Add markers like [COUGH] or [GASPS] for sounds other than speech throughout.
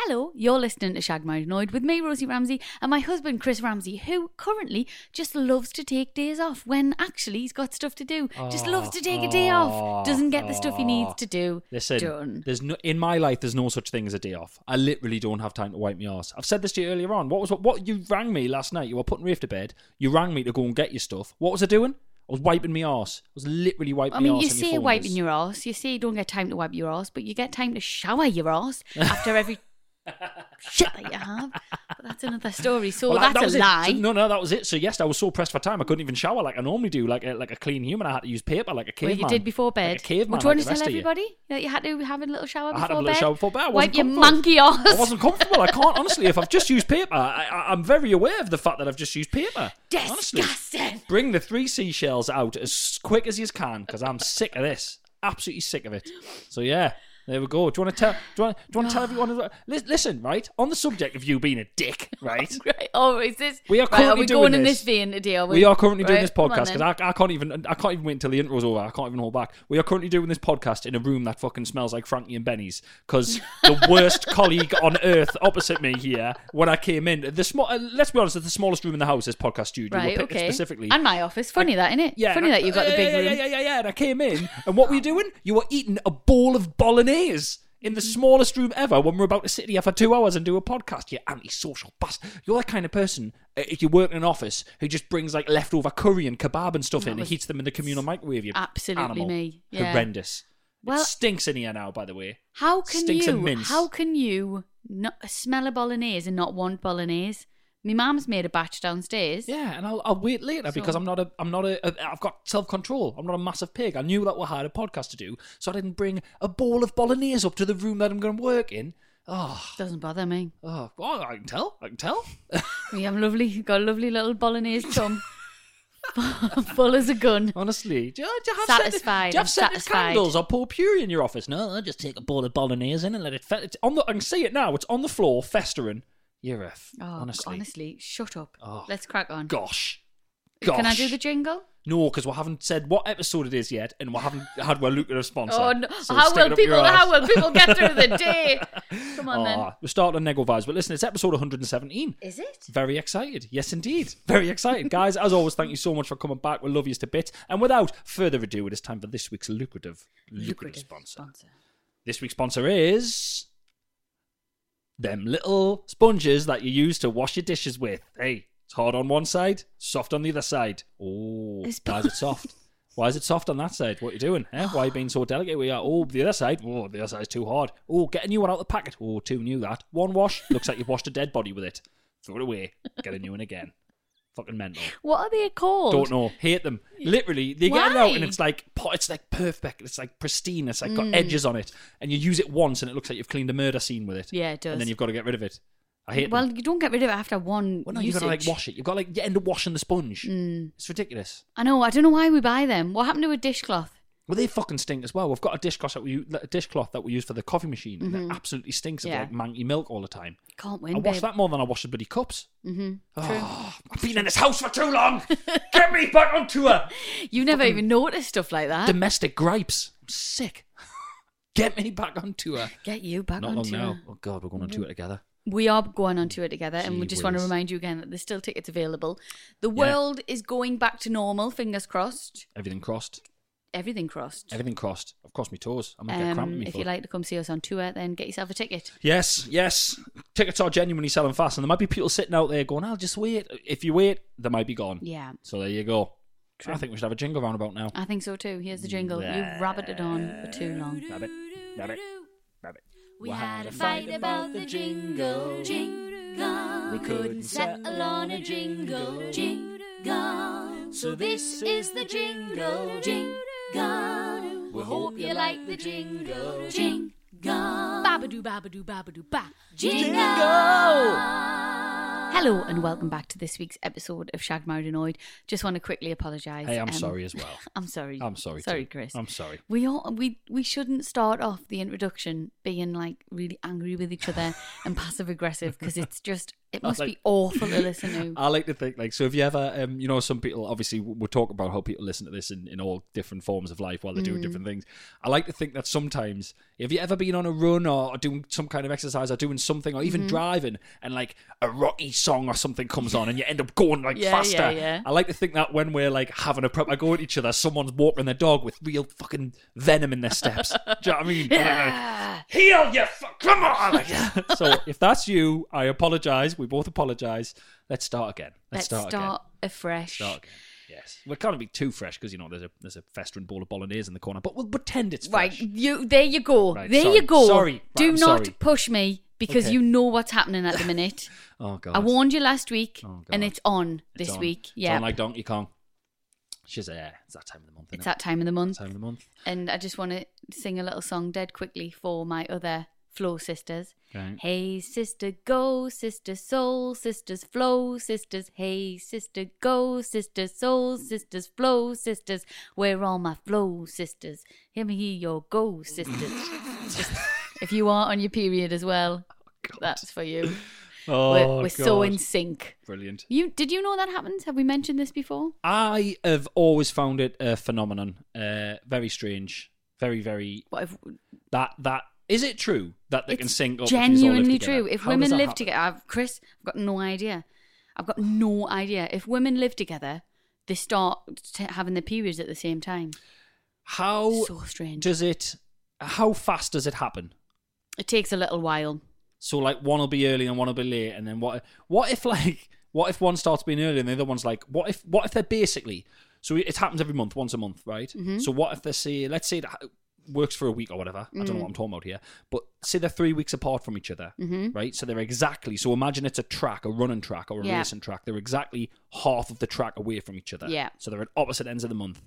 Hello, you're listening to Shag Mind Annoyed with me, Rosie Ramsey, and my husband, Chris Ramsey, who currently just loves to take days off when actually he's got stuff to do. just Oh, loves to take a day off. oh, Doesn't get the stuff he needs oh. to do. Listen, done. there's no in my life. There's no such thing as a day off. I literally don't have time to wipe my ass. I've said this to you earlier on. What was what, what you rang me last night? You were putting Rafe to bed. You rang me to go and get your stuff. What was I doing? I was wiping my ass. I was literally wiping. I my mean, arse you on say your wiping phone. your ass, you say you don't get time to wipe your ass, but you get time to shower your ass after [LAUGHS] every shit that you have. But that's another story. So Well, that- that's that was a it. lie. So- no, no, that was it. So yes, I was so pressed for time, I couldn't even shower like I normally do, like a, like a clean human. I had to use paper, like a Well, caveman. you did before bed. Like a caveman. Well, do you want like to the rest tell of you. everybody that you had to have a little shower I before had a bed? little shower before bed. I wasn't Wipe your comfortable. monkey ass. I wasn't comfortable. I can't honestly. If I've just used paper, I, I, I'm very aware of the fact that I've just used paper. Honestly. Disgusting. [LAUGHS] Bring the three seashells out as quick as you can because I'm sick of this. Absolutely sick of it. So yeah, there we go. Do you want to tell? Do you want, do you want to tell everyone? Li- Listen, right on the subject of you being a dick, [LAUGHS] right? Right. Oh, is this? We are right, are currently we doing going in this. this vein today? Are we, We are currently doing Right, this come on podcast because then. I, I can't even I can't even wait until the intro's over. I can't even hold back. We are currently doing this podcast in a room that fucking smells like Frankie and Benny's because the [LAUGHS] worst colleague on earth opposite me here when I came in the small. Uh, let's be honest, it's the smallest room in the house. This podcast studio, right. We're picking it Okay. specifically. And my office. Funny that, isn't it? Yeah, Funny and I- that you got yeah, the big yeah, room. Yeah, yeah, yeah, yeah. And I came in, and what were you doing? You were eating a bowl of bolognese in the smallest room ever when we're about to sit here for two hours and do a podcast. You antisocial bastard. You're that kind of person, uh, if you work in an office, who just brings like leftover curry and kebab and stuff in and was heats them in the communal microwave. You absolutely animal. me, yeah. Horrendous. Well- it stinks in here now, by the way. How can Stinks and you? mince. How can you not smell a bolognese and not want bolognese? My mum's made a batch downstairs. Yeah, and I'll, I'll wait later because I'm not a I'm not a, a I've got self control. I'm not a massive pig. I knew that we had a podcast to do, so I didn't bring a ball of bolognese up to the room that I'm going to work in. Oh, Doesn't bother me. oh, oh, I can tell. I can tell. We have lovely, got a lovely little [LAUGHS] bolognese tum, full as a gun. Honestly, do you, do you have Satisfied, Scented, do you I'm have scented satisfied. candles or pour puree in your office? No, I just take a ball of bolognese in and let it. Fe- it's on the. I can see it now. It's on the floor, festering. You're a f- Oh, honestly. honestly, shut up. Oh, Let's crack on. Gosh. Gosh. Can I do the jingle? No, because we haven't said what episode it is yet, and we haven't had our lucrative sponsor. Oh no! So how stick it will up your people? arse. How will people get through [LAUGHS] the day? Come on then. Ah, we're starting on Nego Vibes, but listen, it's episode 117. Is it? Very excited. Yes, indeed. Very excited. Guys, as always, thank you so much for coming back. We love you to bits. And without further ado, it is time for this week's lucrative, lucrative, sponsor. This week's sponsor is. Them little sponges that you use to wash your dishes with. Hey, it's hard on one side, soft on the other side. Oh, It's why is it soft? Why is it soft on that side? What are you doing? Eh? Why are you being so delicate? We are. Oh, the other side. Oh, the other side's too hard. Oh, get a new one out of the packet. Oh, too new that. One wash. Looks like you've washed a dead body with it. Throw it away. Get a new one again. Fucking mental. What are they called? Don't know. Hate them. Literally, they get it out and Why? Mm. it's like po- it's like perfect. It's like pristine. It's like got edges on it, and you use it once and it looks like you've cleaned a murder scene with it. Yeah, it does. And then you've got to get rid of it. I hate. Well, them. you don't get rid of it after one Well, no, you've usage. Mm. got to like wash it. You've got to, like you end up washing the sponge. It's ridiculous. I know. I don't know why we buy them. What happened to a dishcloth? Well, they fucking stink as well. We've got a dishcloth that we u- a dishcloth that we use for the coffee machine, and it absolutely stinks of Mm-hmm. Yeah. like mangy milk all the time. Can't win, I wash babe. that more than I wash the bloody cups. Mm-hmm. Oh, I've been in this house for too long. [LAUGHS] Get me back on tour. You've never even noticed stuff like that. Domestic gripes. I'm sick. [LAUGHS] Get me back on tour. Get you back Not on long tour. now. Oh God, we're going on tour together. We are going on tour together, and we Gee just want to whiz. remind you again that there's still tickets available. The Yeah. world is going back to normal. Fingers crossed. Everything crossed. everything crossed. Everything crossed. I've crossed my toes. I'm gonna get cramp in Um, my if foot. you'd like to come see us on tour, then get yourself a ticket. Yes, yes. Tickets are genuinely selling fast, and there might be people sitting out there going, "I'll just wait." If you wait, they might be gone. Yeah, So there you go. I think we should have a jingle roundabout now. I think so too. Here's the jingle. You've rabbited on for too long. Rabbit, rabbit, rabbit. We had a fight about the jingle, jingle. We couldn't settle on a jingle, jingle. So this is the jingle, jingle. We hope you like the jingle, jingle. Babadoo, babadoo, babadoo, ba. Jingle! Hello and welcome back to this week's episode of Shag Married Annoyed. Just want to quickly apologise. Hey, I'm Um, sorry as well. [LAUGHS] I'm sorry. I'm sorry. Sorry, too. Chris. I'm sorry. we all we we shouldn't start off the introduction being like really angry with each [LAUGHS] other and passive aggressive because it's just it I must like- be awful to listen to. [LAUGHS] I like to think like so. If you ever, um, you know, some people obviously w- we're talking about how people listen to this in, in all different forms of life while they're Mm. doing different things. I like to think that sometimes, have you ever been on a run or, or doing some kind of exercise or doing something or Mm-hmm. even driving and like a rocky song or something comes on and you end up going like Yeah, faster? yeah, yeah. I like to think that when we're like having a prep, I go at each other. Someone's walking their dog with real fucking venom in their steps. Do you know what [LAUGHS] I mean? They're like, heal you fu- come [LAUGHS] on like- so if that's you i apologize we both apologize let's start again Let's let's, start, again afresh. start again yes we can't be too fresh because you know there's a there's a festering ball of bolognese in the corner but we'll pretend it's Right, fresh you there you go. Right, there sorry, you go. sorry. Right, Do I'm not sorry. push me because Okay. you know what's happening at the [LAUGHS] minute. oh god I warned you last week Oh, God. and it's on It's this on. week. It's on Yeah. like donkey kong she's there it's that time of the month isn't it's it? that time of the month. time of the month And I just want to sing a little song dead quickly for my other flow sisters. Okay. Hey, sister, go, sister, soul, sisters, flow, sisters. Hey, sister, go, sister, soul, sisters, flow, sisters. Where are all my flow sisters? Hear me, hear your go, [LAUGHS] sisters. Just- if you are on your period as well, that's for you. oh we're we're so God. in sync. brilliant You did you know that happens? Have we mentioned this before? i have always found it a phenomenon uh very strange very very What if, that that is it true that they can sync up if you just all live genuinely together? true. If How does women that live happen? together, I've, Chris, I've got no idea. I've got no idea. If women live together, they start t- having their periods at the same time. how so strange. does it how fast does it happen it takes a little while. so like one will be early and one will be late and then what what if [LAUGHS] like what if one starts being early and the other one's like what if what if they're basically so it happens every month once a month right Mm-hmm. so what if they say let's say it ha- works for a week or whatever i Mm. don't know what i'm talking about here but say they're three weeks apart from each other Mm-hmm. right so they're exactly so imagine it's a track a running track or a Yeah. racing track they're exactly half of the track away from each other Yeah. Mm-hmm. so they're at opposite ends of the month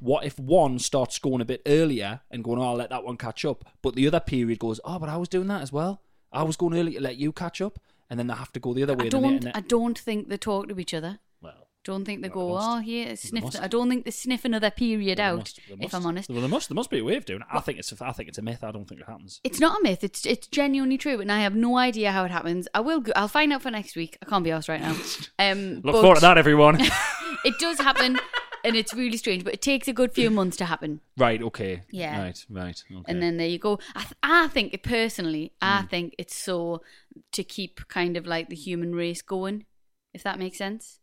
what if one starts going a bit earlier and going, oh, I'll let that one catch up, but the other period goes, oh, but I was doing that as well. I was going early to let you catch up, and then they have to go the other way. I then they- and don't. then- I don't think they talk to each other. well, Don't think they Well, they go. must. Oh, here, sniff. must. I don't think they sniff another period out. well, they must- they if must. I'm honest, well, there must there must be a way of doing it. I think it's a, I think it's a myth. I don't think it happens. It's not a myth. It's it's genuinely true, and I have no idea how it happens. I will. Go- I'll find out for next week. I can't be asked right [LAUGHS] now. Um, Look but forward to [LAUGHS] that, everyone. It does happen, and it's really strange, but it takes a good few months to happen. right. Okay. Yeah. Right. Right. Okay. Hmm. And then there you go. I, th- I think personally, I think it's so to keep kind of like the human race going, if that makes sense.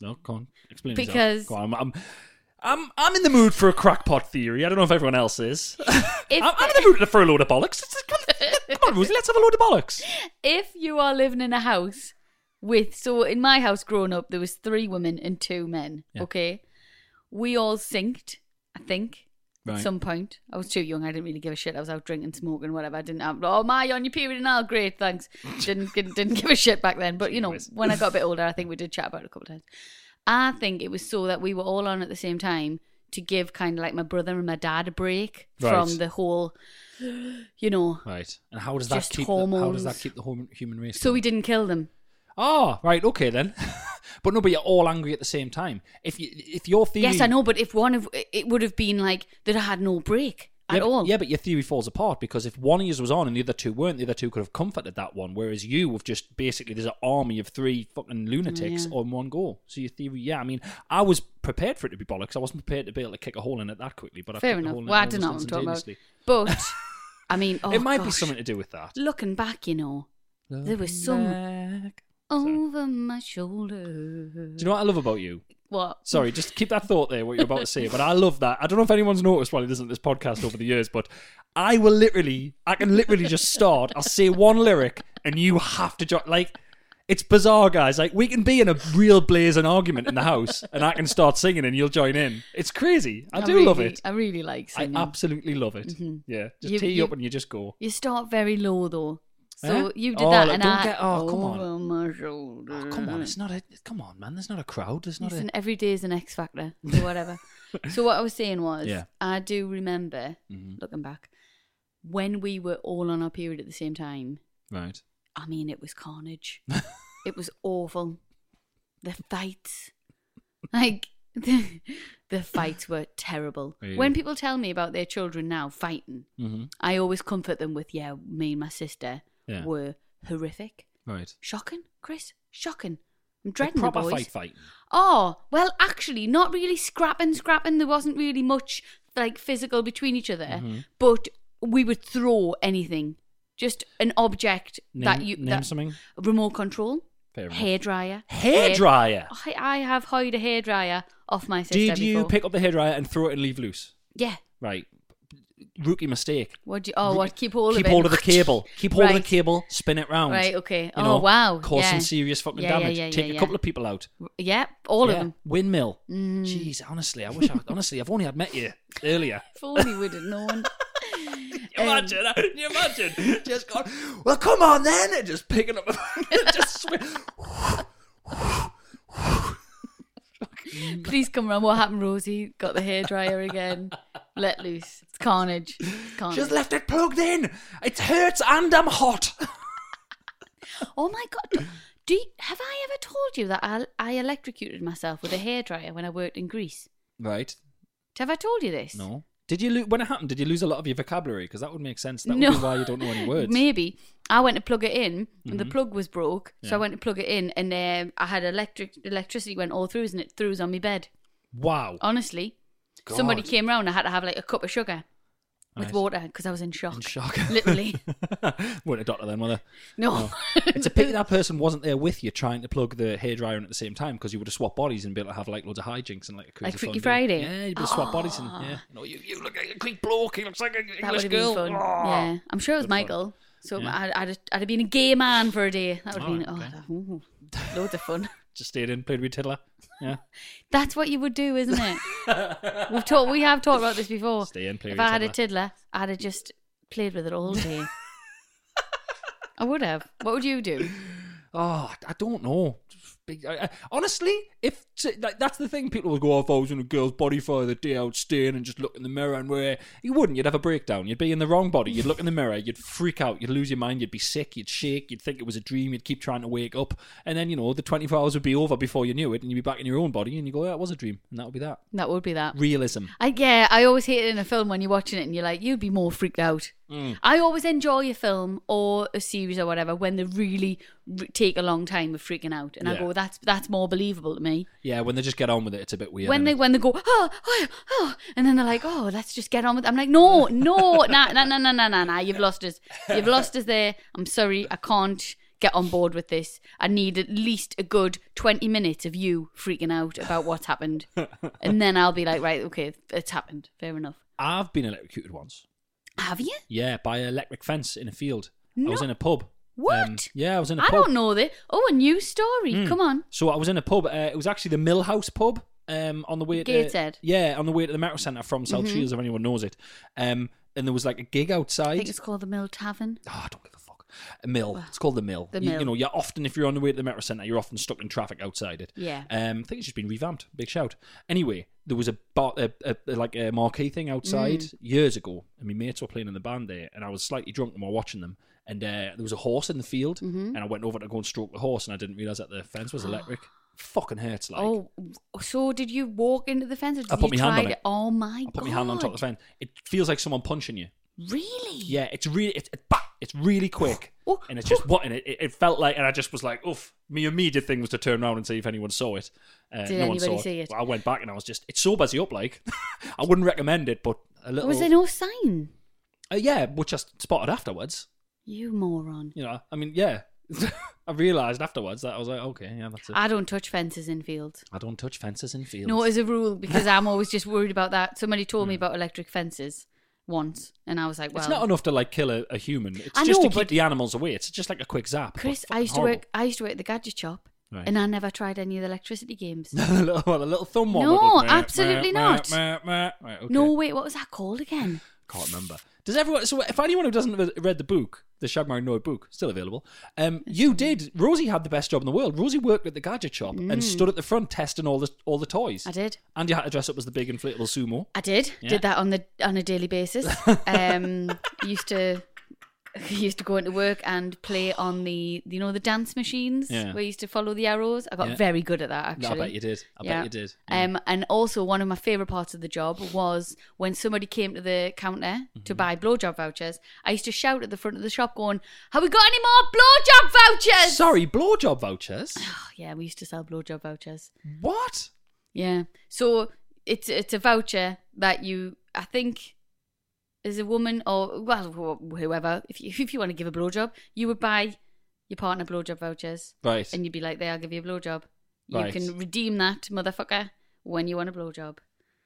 no, go on. Explain Because- yourself. Go on, I'm, I'm I'm I'm in the mood for a crackpot theory. I don't know if everyone else is. If I'm, I'm in the mood for a load of bollocks. [LAUGHS] Come on, Rosie, let's have a load of bollocks. if you are living in a house with so in my house growing up there was three women and two men Yeah. okay we all synced i think Right. at some point i was too young i didn't really give a shit i was out drinking smoking whatever i didn't have oh my on your period and all great [LAUGHS] thanks didn't, didn't didn't give a shit back then but you know Anyways. when i got a bit older i think we did chat about it a couple of times i think it was so that we were all on at the same time to give kind of like my brother and my dad a break from Right. the whole you know Right. And how does that Just keep the, how does that hormones. keep the hum- human race? so going? we didn't kill them Oh, right, okay then. [LAUGHS] but no, but you're all angry at the same time. If you if your theory Yes, I know, but if one of it would have been like that, I had no break Yeah, at but- all. Yeah, but your theory falls apart because if one of you was on and the other two weren't, the other two could have comforted that one. Whereas you have just basically there's an army of three fucking lunatics yeah. on one go. So your theory, yeah, I mean, I was prepared for it to be bollocks. I wasn't prepared to be able to kick a hole in it that quickly. But I fair kicked a enough. hole in it Well, I don't know what I'm almost talking about, instantaneously. but I [LAUGHS] mean, oh, it might be gosh. something to do with that. Looking back, you know, there was some Back. over my shoulder. Do you know what I love about you? What? Sorry, just keep that thought there, what you're about to say. But I love that. I don't know if anyone's noticed while he doesn't this podcast over the years, but I will literally, I can literally just start. I'll say one lyric and you have to, jo- like, it's bizarre, guys. Like, we can be in a real blazing argument in the house and I can start singing and you'll join in. It's crazy. I, do really, love it. I really like I singing. absolutely love it. Yeah, Mm-hmm. just You- tee you, you- up and you just go. you start very low though. So Huh? you did Oh, that like, and don't I get- oh, come on. over my shoulder. Oh, come on, it's not a. Come on, man. There's not a crowd. There's not Listen, a. every day is an X [LAUGHS] Factor or whatever. so what I was saying was, Yeah. Mm-hmm. I do remember looking back when we were all on our period at the same time. Right. I mean, it was [LAUGHS] carnage. it was awful. The fights, like [LAUGHS] the, the fights, were terrible. Yeah. When people tell me about their children now fighting, Mm-hmm. I always comfort them with, "Yeah, me and my sister Yeah. were horrific, Right. shocking, Chris, shocking." I'm Like dreading proper the boys. fight fighting. Oh, well, actually, not really scrapping, scrapping. There wasn't really much like physical between each other, Mm-hmm. but we would throw anything, just an object Name, that you name that, something. remote control, Fair enough. hairdryer, Hairdryer. I, I have hired a hairdryer off my sister Did you before. pick up the hairdryer and throw it and leave loose? Yeah. Right. Rookie mistake. What do you? Oh, Roo- what? Keep hold keep of it. hold of the [LAUGHS] cable. Keep hold of Right. the cable. Spin it round. Right. Okay. You Oh know, wow. Causing yeah. serious fucking Yeah, yeah, damage. yeah, Take yeah, a couple yeah. of people out. Yep. All Yeah. of them. Mm. Windmill. Jeez, honestly, I wish. I, honestly, I've only had met you earlier. [LAUGHS] If only we'd have [LAUGHS] known. Um, Imagine, [LAUGHS] can you imagine just going, well, come on then, and just picking up, a- just swing. Please come round. What happened, Rosie? Got the hairdryer again. Let loose. It's carnage. It's carnage. just left it plugged in. It hurts and I'm hot. oh my god. Do you, have I ever told you that I, I electrocuted myself with a hairdryer when I worked in Greece? Right? Have I told you this? No. Did you lo- when it happened? Did you lose a lot of your vocabulary? Because that would make sense. That would be why you don't [LAUGHS] know any words. Mm-hmm. Maybe I went to plug it in, and the plug was broke, so Yeah. I went to plug it in, and um, I had electric electricity went all through, and it through on my bed. Wow. Honestly, Oh, somebody God. came round, I had to have like a cup of sugar with Right. water because I was in shock. In shock. [LAUGHS] [LAUGHS] Literally. Weren't a doctor [LAUGHS] then, were they? No, It's a pity that person wasn't there with you trying to plug the hairdryer in at the same time because you would have swapped bodies and be able to have like loads of hijinks and like a Like crazy fun Freaky day. Friday. Yeah, you'd be able to swap bodies and yeah. You, know, you, you look like a quick bloke. He looks like an [LAUGHS] that would English have been girl. fun. Oh. Yeah, I'm sure it was Michael. So Yeah. I'd, I'd, have, I'd have been a gay man for a day. That would have been Alright, okay. oh, ooh, loads of fun. Just stayed in, played with Tiddler. Yeah. That's what you would do, isn't it? We've talked. We have talked about this before. Stay in, play if with I had a Tiddler. tiddler, I'd have just played with it all [LAUGHS] day. I would have. What would you do? Oh, I- I don't know. Big- I- I- Honestly, if t- like, that's the thing, people will go, "Oh, if I was in a girl's body for the day, I'd stay in and just look in the mirror and wear. You wouldn't. You'd have a breakdown. You'd be in the wrong body. You'd look in the mirror. You'd freak out. You'd lose your mind. You'd be sick. You'd shake. You'd think it was a dream. You'd keep trying to wake up, and then you know the twenty four hours would be over before you knew it, and you'd be back in your own body, and you go, "Yeah, it was a dream," and that would be that. That would be that. Realism. I, yeah, I always hate it in a film when you're watching it and you're like, you'd be more freaked out. Mm. I always enjoy a film or a series or whatever when they really r- take a long time of freaking out, and I Yeah. go, that's that's more believable to me. Yeah, when they just get on with it, it's a bit weird. when isn't they it? when they go, oh, oh, oh, and then they're like, oh, let's just get on with. It. I'm like, no, no, nah, nah, nah, nah, nah, nah, nah. You've lost us. You've lost us there. I'm sorry, I can't get on board with this. I need at least a good 20 minutes of you freaking out about what's [LAUGHS] happened, and then I'll be like, right, okay, it's happened. Fair enough. I've been electrocuted once. Have you? Yeah, by an electric fence in a field. I was No. in a pub. Um, What? yeah, I was in a I pub. Hmm. don't know this. Oh, a new story. Come on. So I was in a pub. Uh, it was actually the Millhouse pub um, on the way to Gateshead. Yeah, on the way to the Metro Centre from South Shields, if anyone knows it. Um, and there was like a gig I think outside. it's called the Mill Tavern. Oh, I don't give a fuck. A mill. It's called the mill. The you, Mill. you know, you're often if you're on the way to the Metro Centre, you're often stuck in traffic outside it. Yeah. Um, I think it's just been revamped. Big shout. Anyway, there was a, bar, a, a, a- like a marquee thing outside Mm. years ago, and my mates were playing in the band there, and I was slightly drunk and we were watching them. And uh, there was a horse in the field, Mm-hmm. and I went over to go and stroke the horse, and I didn't realize that the [GASPS] fence was electric. Fucking hurts, like. oh, so did you walk into the fence? Or did I put you my hand try on to- it. Oh my I put my hand on top of the fence. It feels like someone punching you. Really? Yeah, it's really, it's, it's, bah, it's really quick, [GASPS] Oh, and it's just what, and it, it it felt like, and I just was like, oof. My immediate thing was to turn around and see if anyone saw it. Uh, Did no one anybody saw see it? Well, I went back and I was just, it sobers you up. Like, [LAUGHS] I wouldn't recommend it, but a little. Was there no sign? Uh, yeah, which I spotted afterwards. You moron. You know, I mean, yeah, [LAUGHS] I realised afterwards that I was like, okay, yeah, that's it. I, I don't touch fences in fields. don't touch fences in fields. Mm. No, as a rule, because I'm always just worried about that. Somebody told me about electric fences once, and I was like, well, it's not enough to like kill a, a human. It's I just know, to keep but- the animals away. It's just like a quick zap. but Chris, I fucking used to horrible. work. I used to work at the gadget shop, Right. and I never tried any of the electricity games. the little, [LAUGHS] well, the little thumb one. No, wobble. Meh, absolutely meh, not. meh, meh, meh. Right, No, okay. wait, what was that called [LAUGHS] again? can't remember. Does everyone? So, if anyone who doesn't have read the book, the Shagmar Noy book, still available, um, you did. Rosie had the best job in the world. Rosie worked at the gadget shop and stood at the front testing all the all the toys. Mm. I did. And you had to dress up as the big inflatable sumo. I did. Yeah. Did that on the on a daily [LAUGHS] basis. um, used to [LAUGHS] used to go into work and play on the you know the dance machines Yeah. where you used to follow the arrows. I got Yeah. very good at that No, actually. I bet you did. I Yeah. bet you did. Um, and also one of my favorite parts of the job was when somebody came to the counter Mm-hmm. to buy blowjob vouchers. I used to shout at the front of the shop, going, "Have we got any more blowjob vouchers?" Sorry, [SIGHS] blowjob vouchers. Oh, [SIGHS] yeah, we used to sell blowjob vouchers. what? Yeah. So it's it's a voucher that you I think as a woman or well wh- whoever if you, [LAUGHS] if you want to give a blowjob you would buy your partner blowjob vouchers Right. and you'd be like there I'll give you a blowjob. You Right. can redeem that motherfucker when you want a blowjob.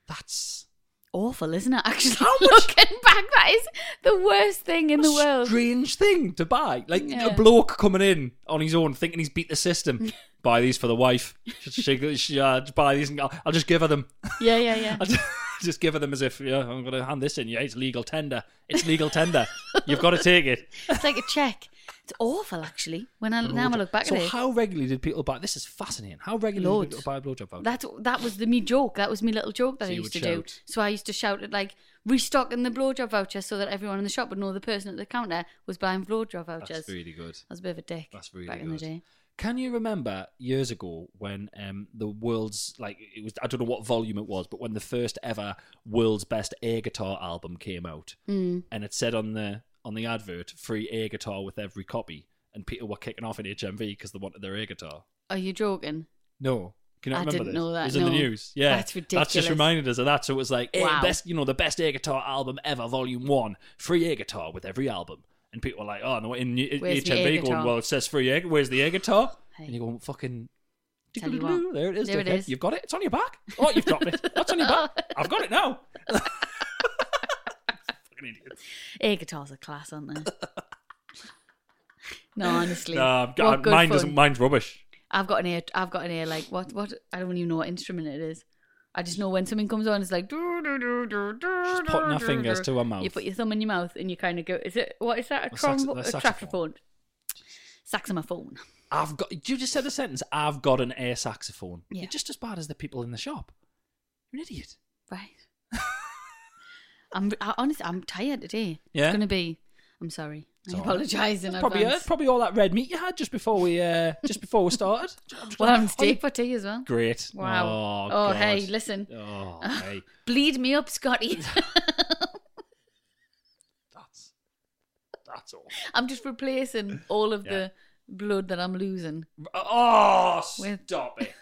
That's Awful, isn't it? [LAUGHS] Actually, How much- looking back, that is the worst thing in the a world. strange thing to buy. Like Yeah. a bloke coming in on his own, thinking he's beat [LAUGHS] the system. buy these for the wife. She, she, she, uh, buy these, and I'll, I'll just give her them. Yeah, yeah, yeah. I just, [LAUGHS] just give her them as if, yeah, I'm going to hand this in. Yeah, it's legal tender. It's legal tender. You've got to take it. It's like a check. It's awful, actually. When I now I look back so at it, how regularly did people buy? This is fascinating. How regularly Loads. did people buy a blowjob voucher? That's that was the me joke. That was me little joke that I So you used to would do. shout. So I used to shout at like restocking the blowjob voucher so that everyone in the shop would know the person at the counter was buying blowjob vouchers. That's really good. I was a bit of a dick. That's really back in the good. day. Can you remember years ago when um, the world's like it was I don't know what volume it was, but when the first ever world's best air guitar album came out, and it said on the on the advert free air guitar with every copy, and people were kicking off in HMV because they wanted their air guitar. Are you joking? No. Can you I not remember didn't this? know that, It was in no. the news. Yeah. That's ridiculous. just reminded us of that. So it was like, eh, Wow. best, you know, the best air guitar album ever, volume one, free air guitar with every album. And people were like, oh, no, in in Where's the air HMV going, guitar? well, it says free air, where's the air guitar? [LAUGHS] Hey. And you go, fucking. Tell you what. There it is. There it dickhead. is. You've got it. It's on your back. Oh, you've dropped it. That's on your back. [LAUGHS] I've got it now. Fucking idiot. Air guitars are class, aren't [LAUGHS] they? no, honestly. Nah, what I'm- good uh, mine fun. doesn't. Mine's rubbish. [LAUGHS] I've got an ear. I've got an ear. Like what? What? I don't even know what instrument it is. I just know when something comes on, it's like. Just Just putting her fingers to her mouth. You put your thumb in your mouth and you kind of go. Is it what is that? A, A sax- trombo- a a saxophone. saxophone. Saxophone. I've got. You just said the sentence. I've got an air saxophone. Yeah. You're just as bad as the people in the shop. You're an idiot. Right. I'm I, honestly. I'm tired today. Yeah? It's gonna be. I'm sorry. It's I all right. apologise in probably uh, advance. probably all that red meat you had just before we uh, just before we started. well, I'm Oh, you- steak for tea as well. Great. Wow. Oh, oh God. hey, listen. Oh, [LAUGHS] hey. Bleed me up, Scotty. That's [LAUGHS] that's all. I'm just replacing all of Yeah. the blood that I'm losing. Oh, With- stop it.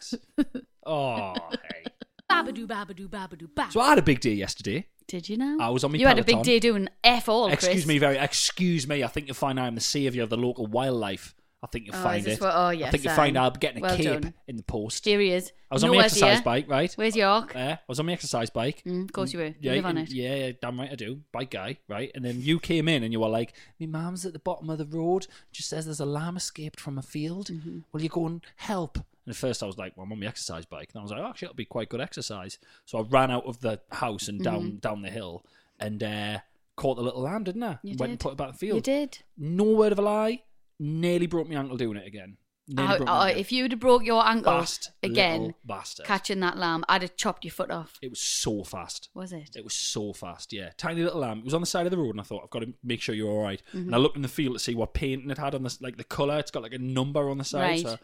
[LAUGHS] oh, hey. Babadoo, babadoo, babadoo, babadoo. So I had a big day yesterday. Did you know? I was on my You had a Peloton. big day doing F all, Oh, Chris. excuse me, very. Excuse me. I think you'll find I'm the saviour of the local wildlife. I think you'll Oh, is find this it. what- oh, I yes, think you'll find um, I'll be getting a well cape done. in the post. Here he is. I was no on my exercise idea. bike, right? Where's York? Yeah, I was on my exercise bike. Mm, of course you were. You live on and- it. Yeah, yeah, damn right I do. Bike guy, right? And then you came in and you were like, "My mum's at the bottom of the road. She says there's a lamb escaped from a field. Mm-hmm. Will you go and help?" And at first I was like, "Well, I'm on my exercise bike," and I was like, oh, "Actually, it'll be quite good exercise." So I ran out of the house and down Mm-hmm. down the hill and uh, caught the little lamb, didn't I? You and went and did. put it back in the field. You did. No word of a lie. Nearly broke my ankle doing it again. Nearly Oh, broke oh, my ankle. if you'd have broke your ankle Fast again, little bastard. catching that lamb, I'd have chopped your foot off. It was so fast. Was it? It was so fast, yeah. Tiny little lamb. It was on the side of the road, and I thought, I've got to make sure you're all right. And I looked in the field to see what painting it had on this, like the colour. It's got like a number on the side. Right. So I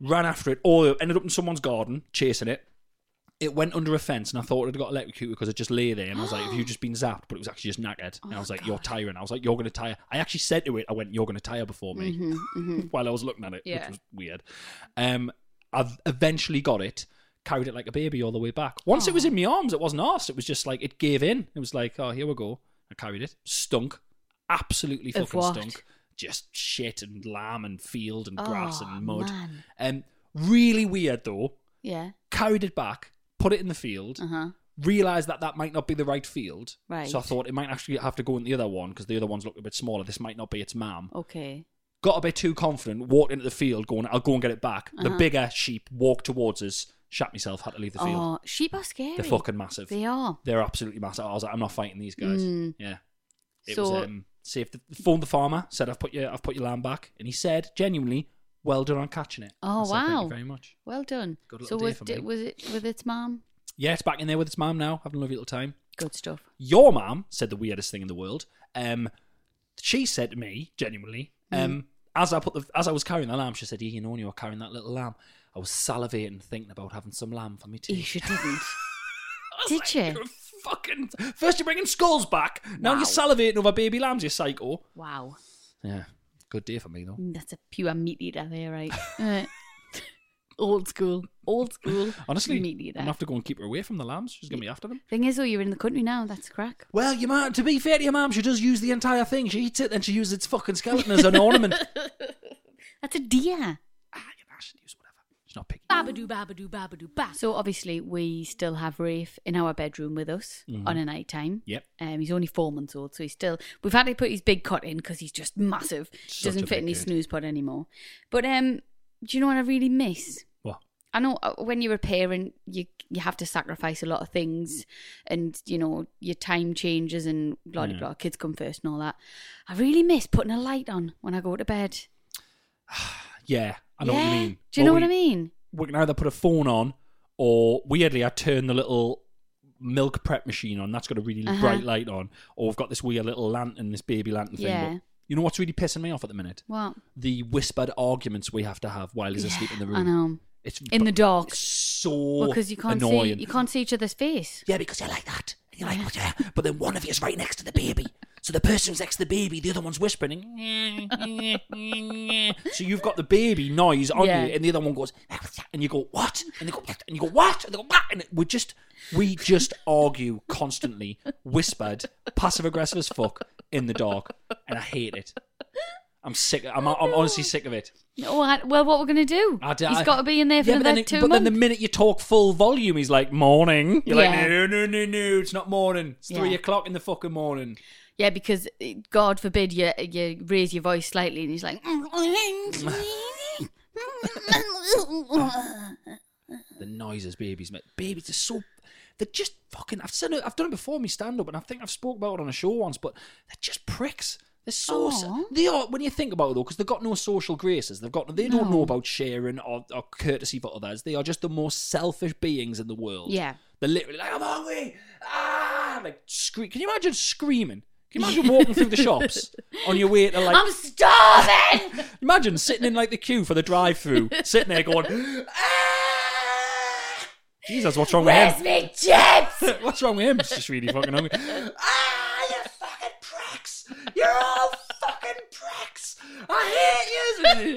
ran after it. All ended up in someone's garden, chasing it. It went under a fence, and I thought it had got electrocuted because it just lay there. And I was like, "Have you just been zapped?" But it was actually just knackered. and I was like, "You're tiring." I was like, "You're going to tire." I actually said to it, "I went, you're going to tire before me," Mm-hmm. while I was looking at it, Yeah. which was weird. Um, I've eventually got it, carried it like a baby all the way back. Once it was in my arms, it wasn't asked. It was just like it gave in. It was like, oh, here we go. I carried it. Stunk. Absolutely Of fucking what? stunk. just shit and lamb and field and grass Oh, and mud. man. Um, really weird though. Yeah. Carried it back, put it in the field, Uh huh. realized that that might not be the right field. Right. So I thought it might actually have to go in the other one because the other ones look a bit smaller. This might not be its mam. Okay. Got a bit too confident, walked into the field, going, I'll go and get it back. The Uh-huh. bigger sheep walked towards us, shat myself, had to leave the field. Oh, sheep are scary. They're fucking massive. They are. They're absolutely massive. I was like, I'm not fighting these guys. Mm. Yeah. It So- was um safe the phoned the farmer, said I've put your I've put your lamb back and he said genuinely, Well done on catching it. Oh, I said, Thank wow. you very much. Well done. Good so little deer was for di- me. was it with its mom? Yeah, it's back in there with its mum now, having a lovely little time. Good stuff. Your mum said the weirdest thing in the world. Um she said to me, genuinely, um, as I put the as I was carrying the lamb, she said, "Yeah, you know when you were carrying that little lamb, I was salivating thinking about having some lamb for me tea. You should [LAUGHS] didn't. I was Did like, you? "You're a Fucking first, you're bringing skulls back. Now Wow. you're salivating over baby lambs. You psycho. Wow. Yeah, good day for me though. Mm, That's a pure meat eater there, [LAUGHS] right? Uh, old school. Old school. Honestly, meat I'm eater. gonna have to go and keep her away from the lambs. She's gonna be after them. Thing is, though, you're in the country now. That's crack. Well, your mum. To be fair to your mum, she does use the entire thing. She eats it, then she uses its fucking skeleton [LAUGHS] as an ornament. That's a deer. Ah, your mum should use whatever. She's not picky. Babadoo, babadoo, babadoo, ba. So obviously, we still have Rafe in our bedroom with us on a night time. Mm-hmm. Yep. Um, he's only four months old, so he's still. We've had to put his big cot in because he's just massive. Such Doesn't a fit in big his dude. snooze pod anymore. But um, do you know what I really miss? What? I know uh, when you're a parent, you you have to sacrifice a lot of things, and you know your time changes and blah blah Yeah. blah. Kids come first and all that. I really miss putting a light on when I go to bed. Yeah, I know what Yeah. you mean. Do you know Well, what I we- mean? We can either put a phone on, or weirdly, I turn the little milk prep machine on. That's got a really Uh-huh. bright light on. Or I've got this weird little lantern, this baby lantern thing. Yeah. But you know what's really pissing me off at the minute? What? The whispered arguments we have to have while he's asleep in the room. I know. Mm. It's In the dark. so because you can't annoying. see you can't see each other's face. Yeah, because you're like that. And you're like, "What's that?" but then one of you is right next to the baby. So the person who's next to the baby, the other one's whispering. [LAUGHS] so you've got the baby noise on Yeah. you, and the other one goes, and you go, what? And they go, and you go, what? And they go, what? And we just, we just argue constantly, whispered, passive aggressive as fuck in the dark, and I hate it. I'm sick. I'm, I'm honestly sick of it. No, I, well, what we're gonna do? I d- he's I- got to be in there for yeah, but another then, it- two but months. then the minute you talk full volume, he's like, morning. You're Yeah. like, no, no, no, no, it's not morning. It's three Yeah. o'clock in the fucking morning. yeah, because eh, God forbid you you raise your voice slightly, and he's [LAUGHS] like, [LAUGHS] The noises babies make. Babies are so. They're just fucking. I've said it, I've done it before in my stand up, and I think I've spoke about it on a show once, but they're just pricks. They're so. Aw. They are, when you think about it, though, because they've got no social graces. They've got. They don't No. know about sharing or, or courtesy for others. They are just the most selfish beings in the world. yeah, They're literally like, I'm hungry. Ah, like scream. Can you imagine screaming? Can you [LAUGHS] imagine walking through the shops on your way to like? I'm starving. Imagine sitting in like the queue for the drive-through, sitting there going, ah! Jesus, what's wrong Where's with me chips? [LAUGHS] him? what's wrong with him? He's just really fucking hungry. [LAUGHS] ah, you fucking pricks! You're all fucking pricks! I hate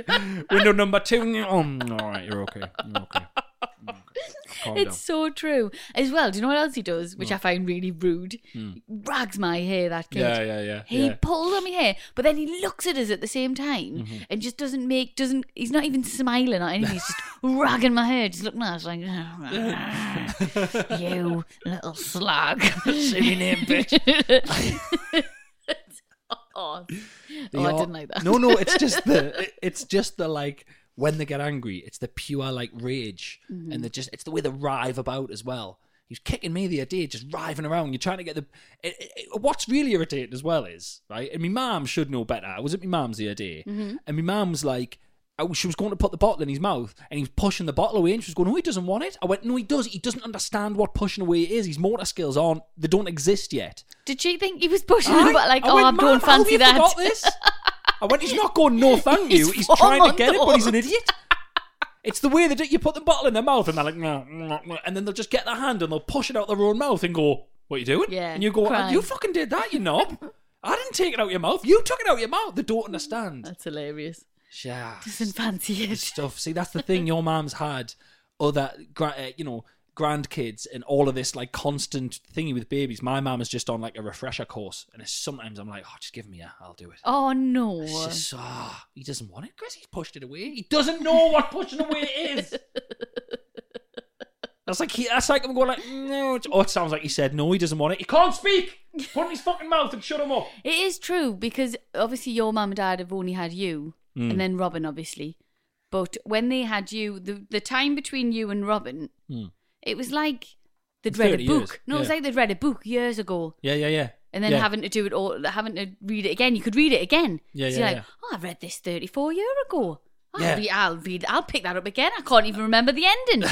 you. [LAUGHS] Window number two. Oh, all right, you're okay. You're [LAUGHS] okay. You're okay. Calm down. It's so true. As well, do you know what else he does, Hmm. which I find really rude? Rags my hair, that kid. Yeah, yeah, yeah, He yeah. pulls on my hair, but then he looks at us at the same time Mm-hmm. and just doesn't make, doesn't, he's not even smiling or anything. [LAUGHS] He's just ragging my hair, just looking at us like, you little [LAUGHS] slug. Say my name, [LAUGHS] bitch. oh, They Oh, I are- didn't like that. No, no, it's just [LAUGHS] the it- it's just the like when they get angry, it's the pure like rage, Mm-hmm. and they just it's the way they rive about as well. He's kicking me the idea, just riving around. You're trying to get the. It, it- it- what's really irritating as well is right. And my mum should know better. I was at my mum's the idea, Mm-hmm. and my mum was like. I was- She was going to put the bottle in his mouth, and he was pushing the bottle away. And she was going, "No, he doesn't want it." I went, "No, he does. He doesn't understand what pushing away is. His motor skills aren't—they don't exist yet." Did she think he was pushing I- him? But like, I oh, went, I "Mum, don't how have fancy you that. forgot this? I went, he's not going, [LAUGHS] no, thank you. He's He's, four trying to months get it, but he's an old. idiot. It's the way they do. You put the bottle in their mouth, and they're like, "Nah, nah, nah," and then they'll just get their hand and they'll push it out their own mouth and go, "What are you doing?" Yeah, and you go, "Ah, crying. "You fucking did that, you knob." I didn't take it out your mouth. You took it out your mouth. They don't understand. That's hilarious. Yeah, Doesn't fancy it. stuff. See, that's the thing. Your mom's had other, gra- uh, you know, grandkids and all of this like constant thingy with babies, my mum is just on like a refresher course, and it's, sometimes I'm like, oh, just give me a, I'll do it. Oh no. It's just, ah, he doesn't want it, Chris. He's pushed it away. He doesn't know what pushing [LAUGHS] away is. That's like he, that's like I'm going like no. it's- Oh, it sounds like he said no. He doesn't want it. He can't speak. Put in his fucking mouth and shut him up. It is true because obviously your mum and dad have only had you, Hmm. and then Robin, obviously. But when they had you, the the time between you and Robin, it was like they'd read a 30 book. Hmm. years, No, it was yeah. like they'd read a book years ago, Yeah, yeah, yeah. and then yeah. having to do it all, having to read it again. You could read it again. Yeah, so yeah, you're like, yeah. oh, I read this thirty four year ago. I'll, Yeah. read, I'll read. I'll pick that up again. I can't even remember the [LAUGHS] ending.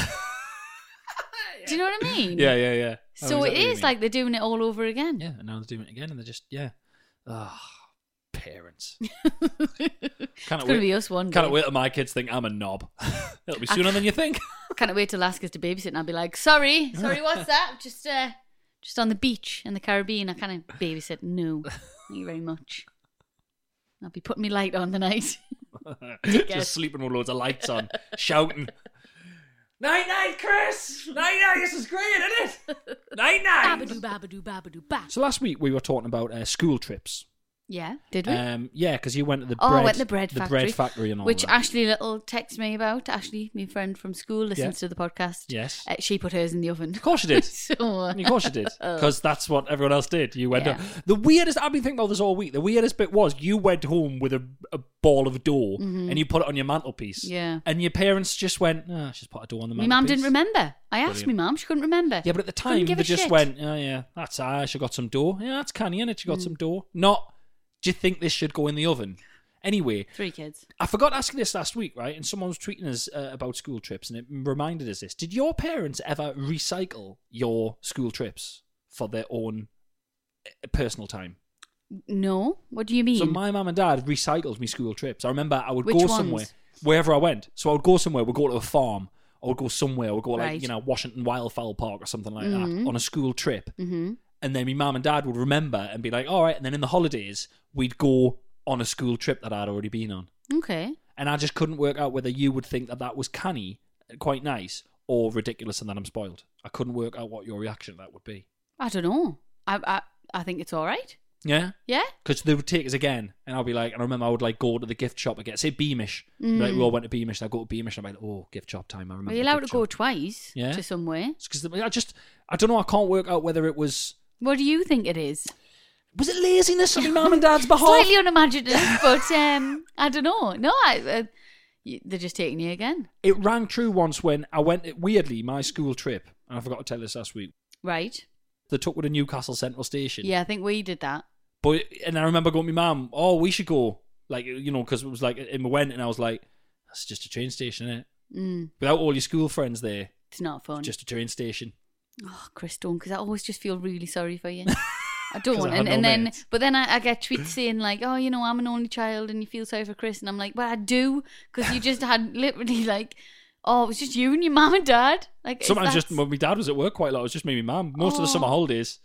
Do you know what I mean? Yeah, yeah, yeah. I know So exactly Oh, what it you is mean. like they're doing it all over again. yeah, and now they're doing it again, and they're just yeah, ah, [LAUGHS] parents. Can't It's gonna be us one day. Can't wait till my kids think I'm a knob. [LAUGHS] It'll be sooner than you think. [LAUGHS] Can't wait till ask us to babysit and I'll be like, sorry, [LAUGHS] sorry, what's that? Just uh just on the beach in the Caribbean, I can't babysit. No. Thank you very much. I'll be putting my light on [LAUGHS] tonight. just sleeping with loads of lights on, [LAUGHS] shouting. Night night, Chris. Night night. This is great, isn't it? [LAUGHS] Night night. babadoo babadoo babadoo ba. So last week we were talking about uh, school trips. Yeah, did we? Um, yeah, because you went to the oh, bread, I went to the bread factory. factory and all Which that. Ashley Little texted me about. Ashley, my friend from school, listens to Yeah. the podcast. Yes. Uh, she put hers in the oven. [LAUGHS] Of course you did. so, I uh, mean, of course [LAUGHS] you did, because that's what everyone else did. You went Yeah. home. The weirdest I've been thinking about this all week. The weirdest bit was you went home with a, a ball of dough and you put it on your mantelpiece. Mm-hmm. Yeah. and your parents just went, "Ah, she's put a dough on the my mantelpiece." mum didn't remember. I asked my mum, she couldn't remember. Yeah, but at the Couldn't time give they a just shit. went, "Oh yeah, that's ah, she got some dough. Yeah, that's canny, innit? She got Mm. some dough." Not, do you think this should go in the oven? Anyway, Three kids. I forgot asking this last week, right? And someone was tweeting us uh, about school trips, and it reminded us this. Did your parents ever recycle your school trips for their own uh, personal time? No. What do you mean? So my mum and dad recycled me school trips. I remember I would Which go ones? somewhere, wherever I went. So I would go somewhere. We'd go to a farm. I would go somewhere. We'd go like Right. you know Washington Wildfowl Park or something like Mhm. that on a school trip. mm-hmm. And then my mum and dad would remember and be like, "All right." And then in the holidays, we'd go on a school trip that I'd already been on Okay. and I just couldn't work out whether you would think that that was canny, quite nice, or ridiculous, and that I'm spoiled. I couldn't work out what your reaction to that would be. I don't know. I I, I think it's all right. Yeah, Yeah. because they would take us again, and I'll be like, and I remember I would like go to the gift shop again. Say Beamish, like we all went to Beamish. I go to Beamish, and I'm like, oh, gift shop time. I remember. Mm. Are you allowed to gift go shop. twice Yeah. to somewhere? Because I just, I don't know. I can't work out whether it was What do you think it is? was it laziness on my mum and [LAUGHS] dad's behalf. Slightly unimaginative, but um, I don't know. No, I, uh, y- they're just taking you again, It rang true once when I went weirdly my school trip, and I forgot to tell this last week. right? They took me to Newcastle Central Station. Yeah, I think we did that. But and I remember going to my mum, oh, we should go, like you know, because it was like, and we went, and I was like, that's just a train station, is it? Mm, Without all your school friends there, it's not fun. it's just a train station. Oh, Chris, do because I always just feel really sorry for you. I don't, [LAUGHS] 'Cause I had and, no and then, mates. but then I, I get tweets saying like, "Oh, you know, I'm an only child, and you feel sorry for Chris," and I'm like, "Well, I do, because you just [LAUGHS] had literally like, oh, it was just you and your mum and dad." Like, is Sometimes that- just when my dad was at work quite a lot, it was just me and my mum. Most of the Oh. summer holidays,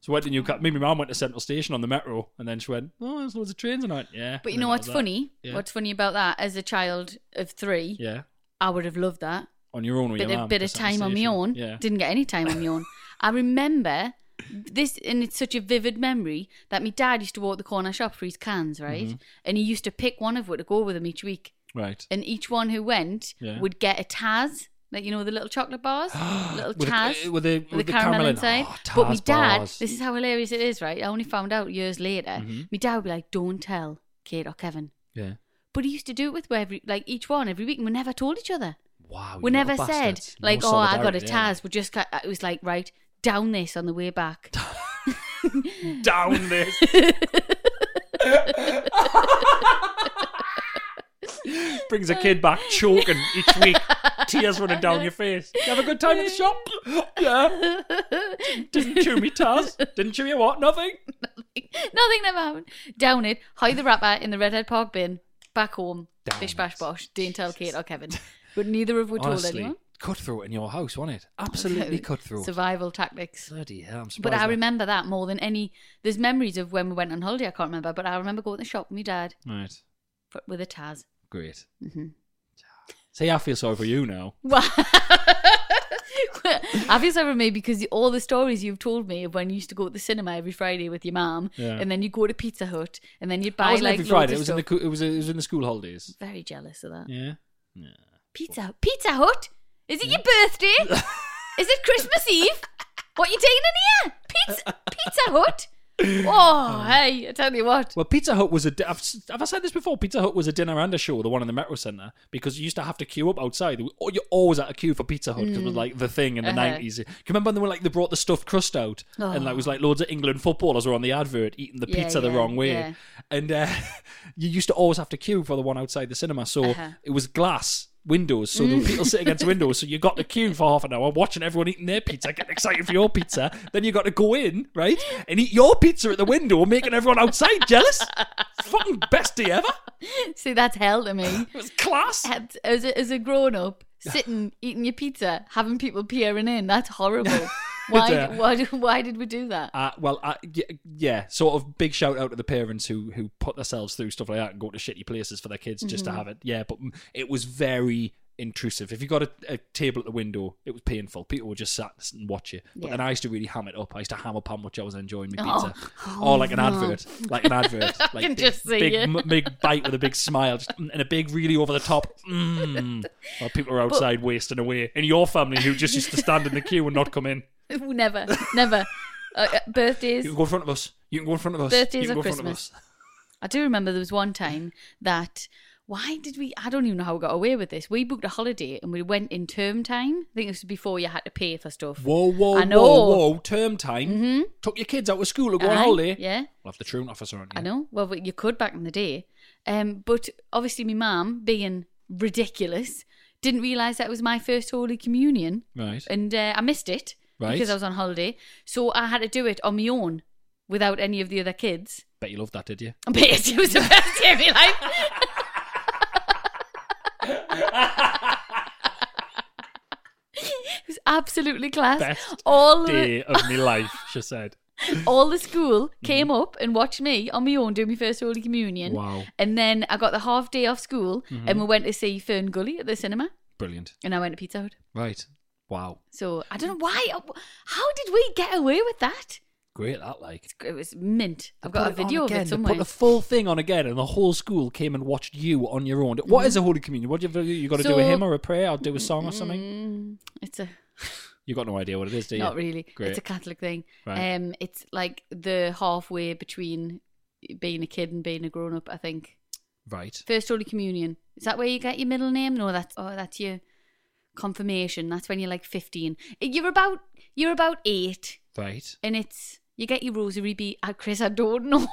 so went to Newcastle. Me and my mum went to Central Station on the metro, and then she went, oh, there's loads of trains tonight. Yeah, But you and know then that what's was that. funny? Yeah. What's funny about that? As a child of three, Yeah, I would have loved that. on your own with Bit your a mum, bit the of Central time on my Station. own. Yeah, Didn't get any time on my own. I remember this, and it's such a vivid memory that my dad used to walk the corner shop for his cans, right? Mm-hmm. And he used to pick one of what to go with him each week. right. And each one who went Yeah. would get a Taz, like you know the little chocolate [GASPS] bars, little With the- Taz with the- with the caramel in- inside. Oh, but my Taz dad, bars. Mm-hmm. this is how hilarious it is, right? I only found out years later. My dad would be like, "Don't tell Kate or Kevin." Yeah. But he used to do it with every like each one every week, and we never told each other. Wow. we you never little said bastards. No like, "Oh, I got a solidarity there. Taz." We just got, it was like, right down this on the way back. down this. Brings a kid back choking each week, tears running down your face. You have a good time at the shop? Yeah. Didn't chew me, Taz. Didn't chew you what? Nothing. [LAUGHS] Nothing never happened. Down it, hide the wrapper in the redhead park bin. Back home, Down bish bash it. bosh. Don't tell Kate or Kevin. [LAUGHS] But neither of us told Honestly, anyone. cutthroat in your [LAUGHS] house, wasn't it? Absolutely cutthroat. Survival tactics. Bloody hell, I'm But surprised. I that- remember that more than any. There's memories of when we went on holiday. I can't remember, but I remember going to the shop with my dad Right, for, with a Taz. great. Mhm. See, I feel sorry for you now. Well, [LAUGHS] I feel sorry for me because all the stories you've told me of when you used to go to the cinema every Friday with your mum, Yeah. and then you go to Pizza Hut, and then you'd I buy wasn't like every loads Friday. It of was in the stuff. co- it was it was in the school holidays. Very jealous of that. Yeah. Pizza Pizza Hut? Is it your [LAUGHS] birthday? Is it Christmas Eve? What you taking in here? Pizza Pizza Hut? [LAUGHS] Oh, hey, I tell you what. Well, Pizza Hut was a. di- I've, s- have I said this before? Pizza Hut was a dinner and a show, the one in the Metro Centre, because you used to have to queue up outside. Oh, You're always at a queue for Pizza Hut 'cause it was like the thing in the Uh-huh. 90s. Can you remember when they, were, like, they brought the stuffed crust out? And like, it was Oh. like loads of England footballers were on the advert eating the Yeah, pizza the yeah, wrong way. yeah. And uh, [LAUGHS] you used to always have to queue for the one outside the cinema. So Uh-huh. it was glass windows. So Mm. there were people sitting against windows. So you got to queue for half an hour watching everyone eating their pizza, getting excited for your pizza. Then you got to go in, right? And eat your pizza at the window, making everyone outside jealous. Fucking best day ever. See, that's hell to me. It was class. Had- As a, as a grown up, [LAUGHS] sitting, eating your pizza, having people peering in, that's horrible. Why, Yeah. why, why did we do that? Uh, well, uh, y- yeah, sort of big shout out to the parents who who put themselves through stuff like that and go to shitty places for their kids just Mm-hmm. to have it. Yeah, but mm, it was very intrusive. If you got a, a table at the window, it was painful. People would just sat and watch you. But then I used to really ham it up. I used to ham up how much I was enjoying my pizza, [LAUGHS] or like an advert, like an advert, like Oh, can big, just see big, it. m- big bite with a big smile just, mm, and a big really over [LAUGHS] the top. Mm, while people are outside wasting away, and your family who just used to stand in the queue and not come in. Ooh, [LAUGHS] never, [LAUGHS] never. Uh, uh, birthdays. You can go in front of us. You can go in front of us. Birthdays you can or go in front of Christmas? us. I do remember there was one time that why did we I don't even know how we got away with this. We booked a holiday and we went in term time. I think this was before you had to pay for stuff. Whoa, whoa, I know. whoa, whoa. Term time. Took your kids out of school to go on Aye, holiday. Yeah. We'll have the truant officer on you. I know. Well, but you could back in the day. Um, but obviously, my mum, being ridiculous, didn't realise that it was my first Holy Communion Right. and uh, I missed it Right. because I was on holiday. So I had to do it on my own without any of the other kids. [LAUGHS] Bet you loved that, did you? I bet it was the best day of my life. [LAUGHS] it was absolutely class. Best all the, Day Mm-hmm. of [LAUGHS] my life, she said. all the school came up and watched me on my own do my first Holy Communion. Wow. Mm-hmm. And then I got the half day off school and we went to see Fern Gully at the cinema Brilliant. and I went to Pizza Hut. Right. Wow. So I don't know why. How did we get away with that? Great, that like. It was mint. I've got a Put it on video of again. it They somewhere. Put the full thing on again, and the whole school came and watched you on your own. What is a Holy Communion? What do you have to do? You got to do a Mm-hmm. So- hymn or a prayer or do a song or something? Mm, it's a You got no idea what it is, do you? Mm-hmm. Not really. Great. It's a Catholic thing. Right. Um, it's like the halfway between being a kid and being a grown up. I think Right. first Holy Communion is that where you get your middle name? No, that's oh, that's your confirmation. That's when you're like fifteen. You're about you're about eight, Right. and it's you get your rosary beat. Uh, Chris, I don't know.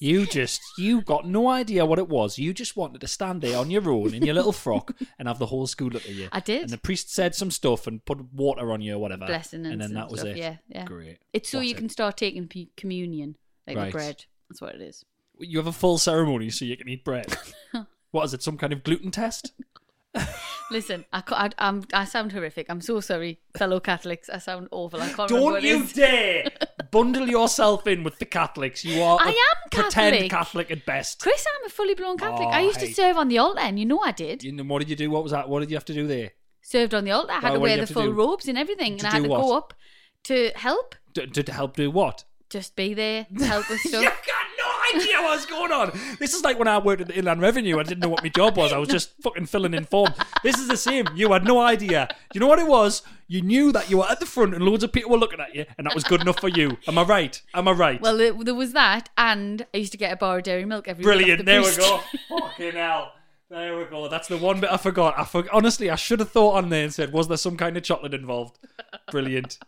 You just, you got no idea what it was. You just wanted to stand there on your own in your little [LAUGHS] frock and have the whole school look at you. I did. And the priest said some stuff and put water on you or [LAUGHS] whatever. Blessing and, And then some that was stuff. it. Yeah, yeah. Great. It's so What you a- can start taking p- communion, like Right. the bread. That's what it is. You have a full ceremony so you can eat bread. [LAUGHS] what is it, some kind of gluten test? Listen, I, ca- I, I'm, I sound horrific. I'm so sorry, fellow Catholics. I sound awful. [LAUGHS] I can't remember Don't what it you is. dare bundle yourself in with the Catholics. You are I a am pretend Catholic. Catholic at best. Chris, I'm a fully blown Catholic. Oh, I used hey. to serve on the altar, and you know I did. You know, what did you do? What was that? What did you have to do there? Served on the altar. I had Well, to what wear did you the have to full do? robes and everything, and To I had do to what? go up to help, D- to help do what? just be [LAUGHS] there, help with You stuff. got no idea what's going on. This is like when I worked at the Inland Revenue. I didn't know what my job was. I was just fucking filling in form. This is the same. You had no idea. You know what it was? You knew that you were at the front and loads of people were looking at you, and that was good enough for you. Am I right? Am I right? Well, there, there was that, and I used to get a bar of dairy milk every week off Brilliant. the there priest. we go. fucking hell. There we go. That's the one bit I forgot. I for- honestly, I should have thought on there and said, "Was there some kind of chocolate involved?" Brilliant.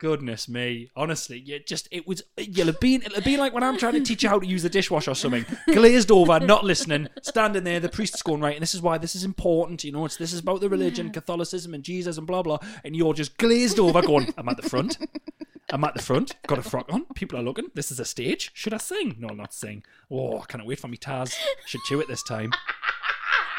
Goodness me. Honestly, you just it was you'll have been it'll be like when I'm trying to teach you how to use the dishwasher or something. Glazed over, not listening, standing there, the priest's going right, and this is why this is important, you know, it's this is about the religion, Catholicism and Jesus and blah blah, and you're just glazed over going, I'm at the front. I'm at the front, got a frock on, people are looking, this is a stage. Should I sing? No, I'll not sing. Oh, I cannot wait for me Taz. Should chew it [LAUGHS] this time.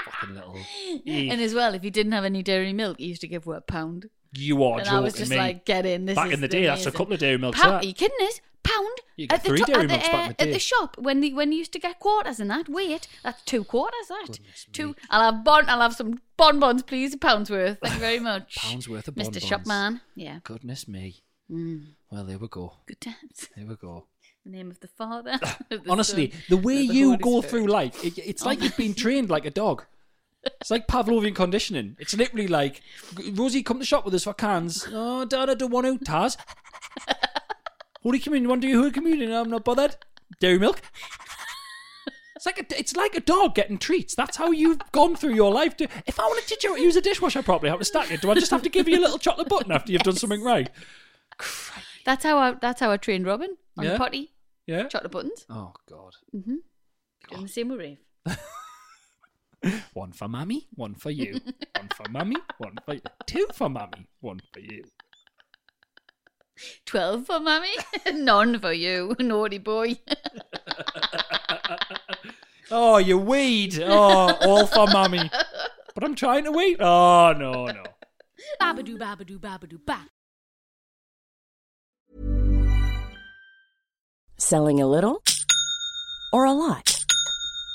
Fucking little E, And as well, if you didn't have any dairy milk, you used to give her a pound. You are and joking I was just me. like, get in. This Back is in the day, that's a amazing. couple of dairy milks, Pound, that. are you kidding us? pound You get at the, three to- Dairy at, the uh, Milks back in the at day. the shop when the when you used to get quarters and that. Wait, that's two quarters. That two. I'll have bon. I'll have some bonbons, please. A pound's worth. Thank you very much. [LAUGHS] Pounds worth of Mr. bonbons. Shopman. Yeah. Goodness me. Mm. Well, there we go. Good times. There we go. In the name of the Father. [LAUGHS] of the Honestly, Son, the and way of the you Holy go Spirit. through life, it, Oh. it's like you've [LAUGHS] been trained like a dog. It's like Pavlovian conditioning. It's literally like, Rosie, come to shop with us for cans. Oh, Dad, I don't want to. Taz. [LAUGHS] Holy Communion, want to do Holy Communion? I'm not bothered. Dairy milk. It's like a, it's like a dog getting treats. That's how you've gone through your life. To, if I want to teach you how to use a dishwasher properly, how to stack it, do I just have to give you a little chocolate button after you've done something right? That's how I. That's how I trained Robin on Yeah. the potty. Yeah. Chocolate buttons. Oh God. Doing the same with Rafe. One for mummy, one for [LAUGHS] you. one for mummy, one for you. Two for mummy, one for you. Twelve for mummy. [LAUGHS] None for you, [LAUGHS] naughty boy. Oh, you weed. Oh, all for mummy. But I'm trying to wait. Oh, no, no. Babadoo, babadoo, babadoo, ba. Selling a little or a lot?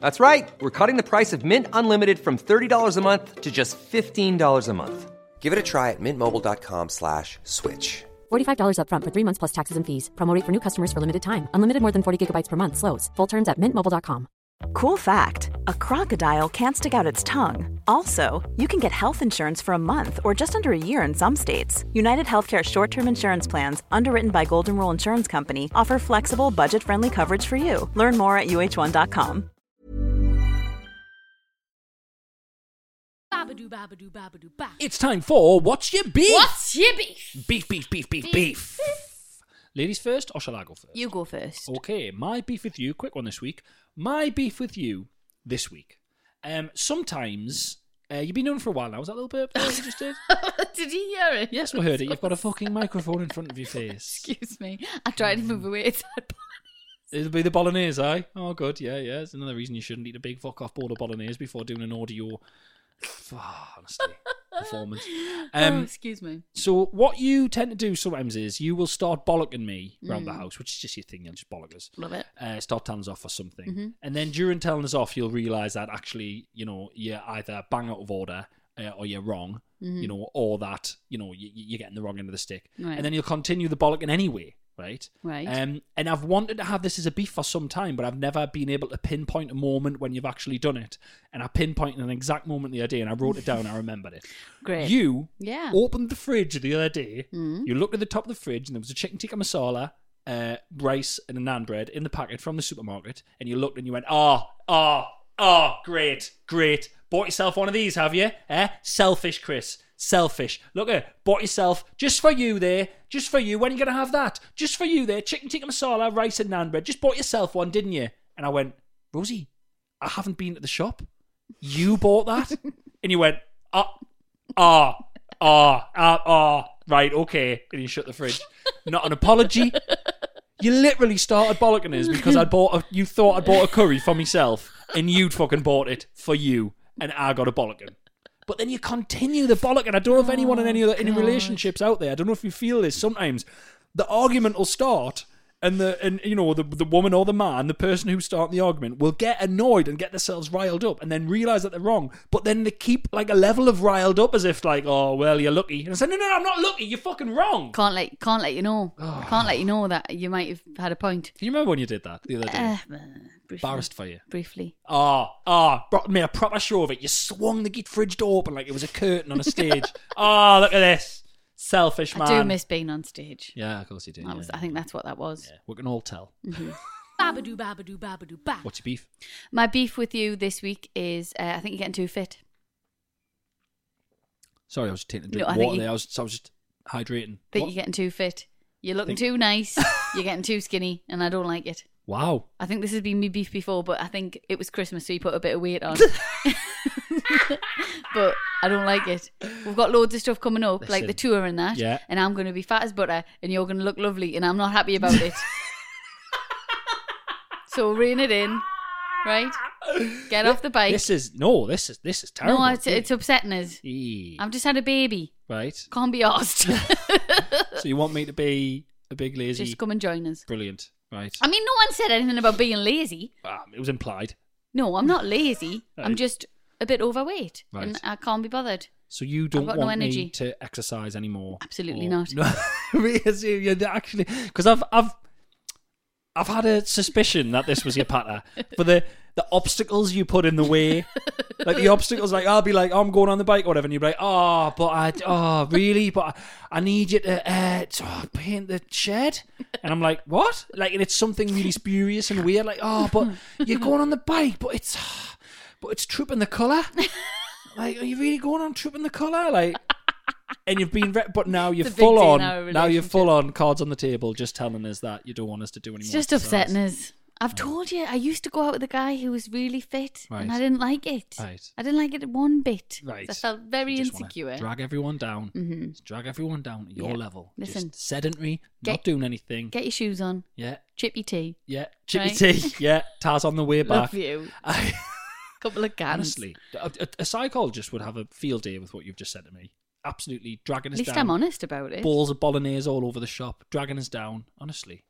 That's right. We're cutting the price of Mint Unlimited from $30 a month to just $15 a month. Give it a try at mintmobile.com slash switch. $45 upfront for three months plus taxes and fees. Promo rate for new customers for limited time. Unlimited more than 40 gigabytes per month. Slows. Full terms at mintmobile.com. Cool fact a crocodile can't stick out its tongue. Also, you can get health insurance for a month or just under a year in some states. United Healthcare short term insurance plans, underwritten by Golden Rule Insurance Company, offer flexible, budget friendly coverage for you. Learn more at uh1.com. Babadoo, babadoo, babadoo, ba. It's time for What's Your Beef? What's your beef? Beef, beef, beef, beef, beef. Ladies first, or shall I go first? You go first. Okay, my beef with you, quick one this week. My beef with you this week. Um, sometimes, uh, you've been known for a while now. Was that a little bit you [LAUGHS] just did? Did you hear it? Yes, we heard it. You've got a fucking microphone in front of your [LAUGHS] face. Excuse me. I tried to move away. [LAUGHS] It's hard. It'll be the bolognese, eh? Oh, good. Yeah, yeah. It's another reason you shouldn't eat a big fuck off bowl of bolognese before doing an audio. [SIGHS] Ah, honestly, performance. oh, Um, excuse me. so what you tend to do sometimes is you will start bollocking me around the house, which is just your thing. You'll just bollock us. Love it. Uh, start telling us off for something, Mm-hmm. and then during telling us off, you'll realise that actually, you know, you're either bang out of order uh, or you're wrong, you know, or that you know you, you're getting the wrong end of the stick, Mm-hmm. Right. and then you'll continue the bollocking anyway, right? Right. Um, and I've wanted to have this as a beef for some time, but I've never been able to pinpoint a moment when you've actually done it. And I pinpointed an exact moment the other day, and I wrote it down. I remembered it. Great. You Yeah. Mm. opened the fridge the other day. You looked at the top of the fridge, and there was a chicken tikka masala, uh, rice, and a naan bread in the packet from the supermarket. And you looked and you went, "Ah, ah, ah! Great, great! Bought yourself one of these, have you? Eh? Selfish, Chris. Selfish. Look at bought yourself just for you there, just for you. When are you gonna have that? Just for you there. Chicken tikka masala, rice, and naan bread. Just bought yourself one, didn't you? And I went, Rosie, I haven't been to the shop. You bought that? [LAUGHS] and you went, ah, ah, ah, ah, ah, right, okay. And you shut the fridge. Not an apology. You literally started bollocking us because I bought a, you thought I bought a curry for myself and you'd fucking bought it for you and I got a bollocking. But then you continue the bollocking. I don't know if Oh, anyone in any other any relationships out there, I don't know if you feel this sometimes. The argument will start and the and you know the the woman or the man, the person who's starting the argument, will get annoyed and get themselves riled up, and then realize that they're wrong. But then they keep like a level of riled up as if like, oh well, you're lucky. And I said, no, no, no, I'm not lucky. You're fucking wrong. Can't let can't let you know. Oh. Can't let you know that you might have had a point. Can you remember when you did that the other day? Uh, briefly. Embarrassed for you. Briefly. Ah, ah, brought me a proper show of it. You swung the git fridge door open like it was a curtain on a [LAUGHS] stage. Ah, look at this. Selfish man. I do miss being on stage. Yeah, of course you do. That yeah. was, I think that's what that was. Mm-hmm. Yeah, we can all tell. Babadoo, babadoo, babadoo, ba. What's your beef? My beef with you this week is uh, I think you're getting too fit. Sorry, I was taking a No, drink I of think water you- there. I was, I was just hydrating. That What? you're getting too fit. You're looking Think- too nice. you're getting too skinny, and I don't like it. Wow. I think this has been me beef before, but I think it was Christmas, so you put a bit of weight [LAUGHS] on. but I don't like it. We've got loads of stuff coming up, like the Listen. tour and that. Yeah. And I'm going to be fat as butter, and you're going to look lovely, and I'm not happy about [LAUGHS] it. so rein it in, right? Get off the bike. This is no. This is this is terrible. no, it's, it's upsetting us. Eee. I've just had a baby. right. Can't be [LAUGHS] asked. So you want me to be a big [LAUGHS] lazy? just come and join us. Brilliant. Right. I mean, no one said anything about being lazy. Um, it was implied. No, I'm not lazy. I'm Right. just a bit overweight, and Right. I can't be bothered. So you don't got want no energy. me to exercise anymore? Absolutely not. [LAUGHS] No, because you- you're actually because I've I've I've had a suspicion that this was [LAUGHS] your patter for the the obstacles you put in the way, like the obstacles. Like I'll be like, oh, I'm going on the bike, or whatever, and you'd be like, oh, but I, oh, really, but I, I need you to uh, to, oh, paint the shed, and I'm like, what? Like, and it's something really spurious and weird. Like, oh, but you're going on the bike, but it's [SIGHS] but it's trooping the colour. Like, are you really going on trooping the colour? Like, and you've been, re- but now you're It's a big full day on. in our Now you're relationship. full on cards on the table, just telling us that you don't want us to do anymore. It's just upsetting us. I've told you, I used to go out with a guy who was really fit, and Right. I didn't like it. Right. I didn't like it one bit. Right. I felt very You just wanna insecure. Mm-hmm. Drag everyone down. Just Drag everyone down to your Yeah. level. Listen. Just sedentary, not Get- doing anything. Get your shoes on. yeah, Chip your tea. yeah. Chippy Right. tea. Yeah, Taz on the way back. Love you. [LAUGHS] I, Couple of cans. honestly, a, a- a psychologist would have a field day with what you've just said to me. Absolutely dragging At us least down. I'm honest about it. balls of bolognese all over the shop, dragging us down. Honestly,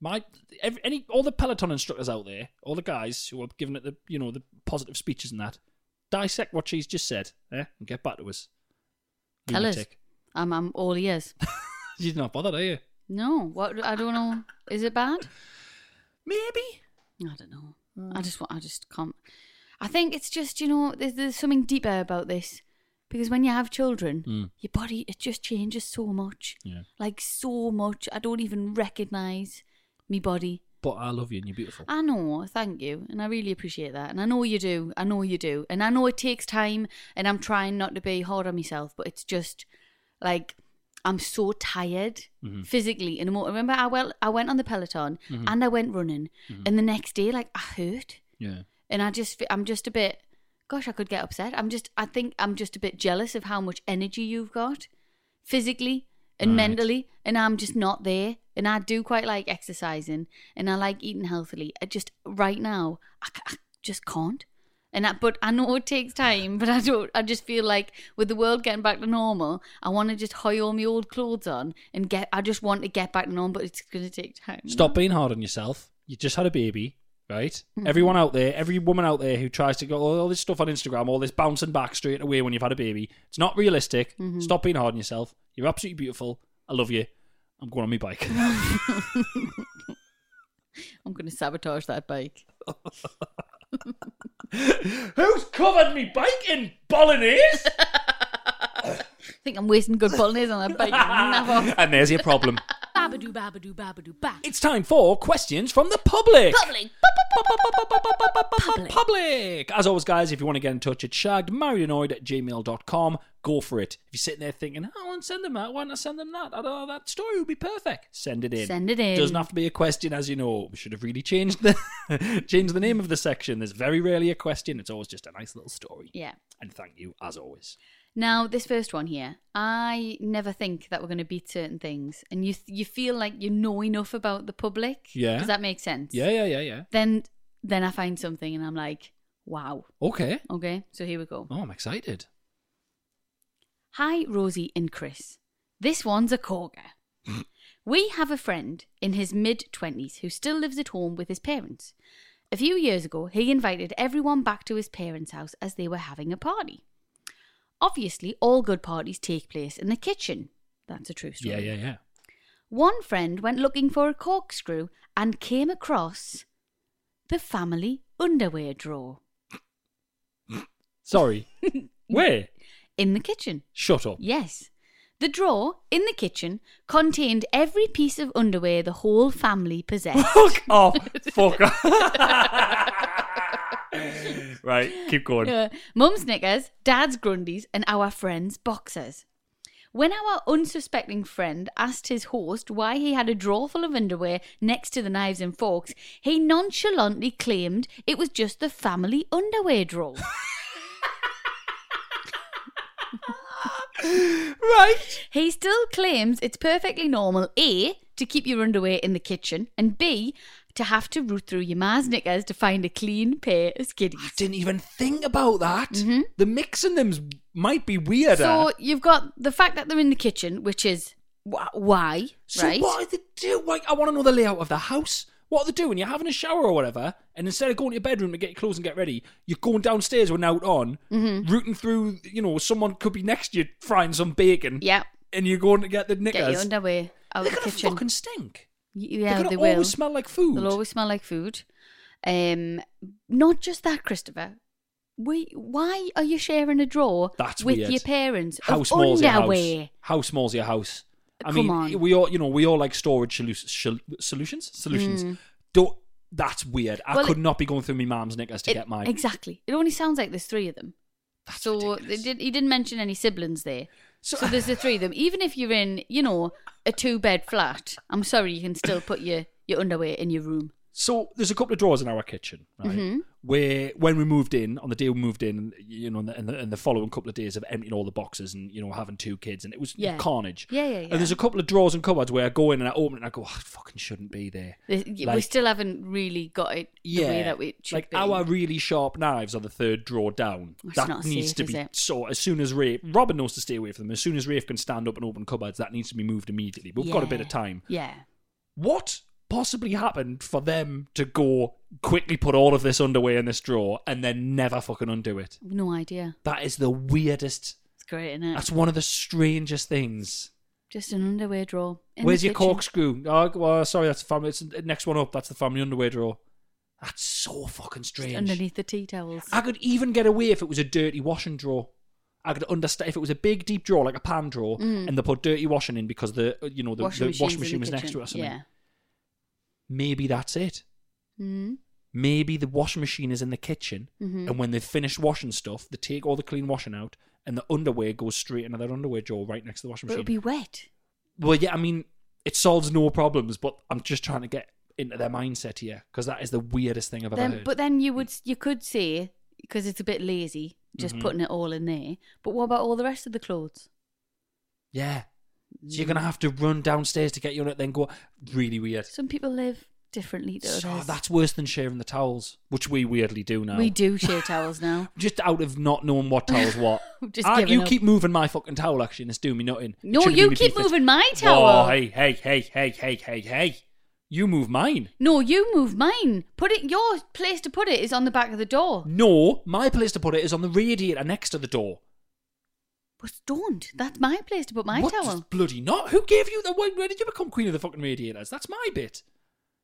my every, any all the peloton instructors out there, all the guys who are giving it the you know the positive speeches and that, dissect what she's just said, eh, and get back to us. Tell us. Lunatic. I'm, I'm all ears. You're not bothered, are you? No, what? I don't know. Is it bad? Maybe. I don't know. I just want. I just can't. I think it's just you know there's, there's something deeper about this because when you have children, Mm. your body it just changes so much, Yeah. like so much. I don't even recognize me body. But I love you and you're beautiful. I know. Thank you, and I really appreciate that. And I know you do. I know you do. And I know it takes time. And I'm trying not to be hard on myself, but it's just like. I'm so tired physically and emo- remember I well I went on the peloton and I went running and the next day like I hurt yeah. and I just fe- I'm just a bit gosh I could get upset I'm just I think I'm just a bit jealous of how much energy you've got physically and Right. mentally and I'm just not there and I do quite like exercising and I like eating healthily I just right now I, ca- I just can't and I, but I know it takes time but I don't I just feel like with the world getting back to normal I want to just hoy all my old clothes on and get I just want to get back to normal but it's going to take time Stop being hard on yourself. You just had a baby, right? Everyone out there, every woman out there who tries to go "Oh, all this stuff on Instagram, all this bouncing back straight away when you've had a baby, it's not realistic. Stop being hard on yourself. You're absolutely beautiful. I love you. I'm going on my bike. I'm going to sabotage that bike [LAUGHS] Who's covered me bike in bolognese? I think I'm wasting good bolognese on that bike Never. [LAUGHS] and there's your problem. Babadoo, babadoo, babadoo, ba. It's time for questions from the public. Public. public. As always, guys, if you want to get in touch, it's shaggedmarriedannoyed at gmail.com. Go for it. If you're sitting there thinking, "Oh, I want to send them that, why not send them that? I don't know, that story would be perfect. Send it in. Send it in. Doesn't have to be a question, as you know. We should have really changed the changed the [LAUGHS] name of the section. There's very rarely a question. It's always just a nice little story. Yeah. And thank you, as always. Now, this first one here, I never think that we're going to beat certain things, and you you feel like you know enough about the public. Yeah. Does that make sense? Yeah, yeah, yeah, yeah. Then then I find something, and I'm like, wow. Okay. Okay, so here we go. Oh, I'm excited. [LAUGHS] Hi, Rosie and Chris. This one's a corker. We have a friend in his mid 20s who still lives at home with his parents. A few years ago, he invited everyone back to his parents' house as they were having a party. Obviously, all good parties take place in the kitchen. That's a true story. Yeah, yeah, yeah. One friend went looking for a corkscrew and came across the family underwear drawer [LAUGHS] Sorry. Where? in the kitchen. Shut up. Yes. The drawer in the kitchen contained every piece of underwear the whole family possessed. [LAUGHS] Fuck off. Fuck off. [LAUGHS] right, keep going. Uh, Mum's knickers, dad's grundies, and our friend's boxers. When our unsuspecting friend asked his host why he had a drawer full of underwear next to the knives and forks, he nonchalantly claimed it was just the family underwear drawer. Right. He still claims it's perfectly normal, A, to keep your underwear in the kitchen, and B, to have to root through your ma's knickers to find a clean pair of I skiddies. didn't even think about that. The mixing them's might be weirder. Mm-hmm. So you've got the fact that they're in the kitchen, which is wh- why, So right? what are they doing? Like, I want to know the layout of the house. What are they doing? You're having a shower or whatever, and instead of going to your bedroom to get your clothes and get ready, you're going downstairs with an out on, Mm-hmm. rooting through. You know, someone could be next to you frying some bacon, Yeah, and you're going to get the knickers. get your underwear out They're the gonna kitchen. fucking stink. Y- They're yeah, gonna they always will. smell like food. They'll always smell like food. Um, not just that, Christopher. We, why are you sharing a drawer That's with weird. your parents How of small's your underwear? house? How small's your house? I Come mean, on. we all you know we all like storage solu- shol- solutions. Solutions. Don't. That's weird. I Hmm. Well, could it- not be going through my mum's knickers to It- get my. Exactly. It only sounds like there's three of them. That's so they ridiculous. did, he didn't mention any siblings there. So- So, there's the three of them. Even if you're in, you know, a two bed flat, I'm sorry, you can still put your, your underwear in your room. [SIGHS] So there's a couple of drawers in our kitchen, right? Mm-hmm. Where when we moved in on the day we moved in, you know, and the, and the, and the following couple of days of emptying all the boxes and you know having two kids, and it was Yeah. carnage. Yeah, yeah, yeah. And there's a couple of drawers and cupboards where I go in and I open it and I go, oh, it fucking shouldn't be there. There's- we Like- still haven't really got it the Yeah, way that we should like be. our really sharp knives are the third drawer down. It's that not needs safe, to is be it? so. As soon as Rafe, Robin knows to stay away from them. As soon as Rafe can stand up and open cupboards, that needs to be moved immediately. But we've got a bit Yeah. of time. Yeah. what possibly happened for them to go quickly put all of this underwear in this drawer and then never fucking undo it? No idea. That is the weirdest. It's great, isn't it? That's one of the strangest things. Just an underwear drawer. in the Where's your kitchen. corkscrew? Oh, well, sorry, that's the family. It's next one up. That's the family underwear drawer. That's so fucking Just strange. Underneath the tea towels. I could even get away if it was a dirty washing drawer. I could understand if it was a big deep drawer like a pan drawer, and they put dirty washing in because the uh, you know the Mm. Washing the machine's washing in machine the was next kitchen. to it or something. Yeah. Maybe that's it. Mm. maybe the washing machine is in the kitchen, Mm-hmm. and when they've finished washing stuff, they take all the clean washing out, and the underwear goes straight into their underwear drawer right next to the washing But it'll machine. be wet. Well, yeah, I mean, it solves no problems, but I'm just trying to get into their mindset here because that is the weirdest thing I've ever Then, heard. but then you would you could say because it's a bit lazy Mm-hmm. just putting it all in there. But what about all the rest of the clothes? yeah, so you're gonna Mm. have to run downstairs to get your then go. Really weird. Some people live differently to So others. that's worse than sharing the towels, which we weirdly do now. We do share towels now. just out of not knowing what [LAUGHS] towel's what. Just Ah, giving you up. keep moving my fucking towel, actually, and it's doing me nothing. [LAUGHS] It No, should've you been keep beneath it. moving my Oh, towel. hey, hey, hey, hey, hey, hey, hey. You move mine. No, you move mine. Put it. Your place to put it is on the back of the door. No, my place to put it is on the radiator next to the door. But don't. That's my place to put my What towel. [LAUGHS] does bloody not? Who gave you the? Where, where did you become queen of the fucking radiators? That's my bit.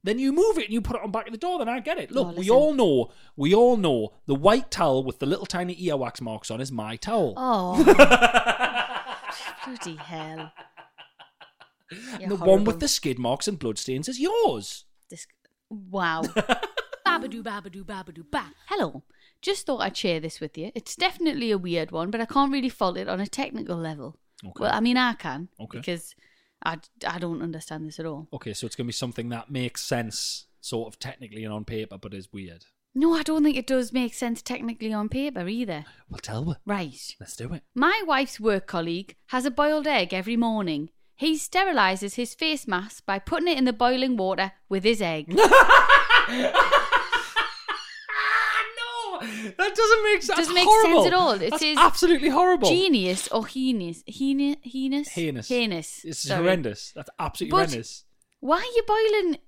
Then you move it and you put it on back of the door. Then I get it. Look, Oh, we listen. all know, we all know the white towel with the little tiny earwax marks on is my towel. [LAUGHS] Oh. Bloody hell. and the one with the skid marks and bloodstains is yours. This, [LAUGHS] wow. babadoo, babadoo, babadoo, ba. Hello. Just thought I'd share this with you. It's definitely a weird one, but I can't really fault it on a technical level. Okay. Well, I mean, I can. Okay. Because I, I don't understand this at all. Okay, so it's going to be something that makes sense, sort of technically and on paper, but is weird. No, I don't think it does make sense technically on paper either. Well, tell her. Right. Let's do it. My wife's work colleague has a boiled egg every morning. He sterilizes his face mask by putting it in the boiling [LAUGHS] water with his egg. no, That doesn't make sense. Doesn't That's make horrible. sense at all. It That's says absolutely horrible. Genius or heinous? Heinous? Heinous? Heinous. Heinous. It's Sorry. horrendous. That's absolutely But- horrendous. Why are you boiling?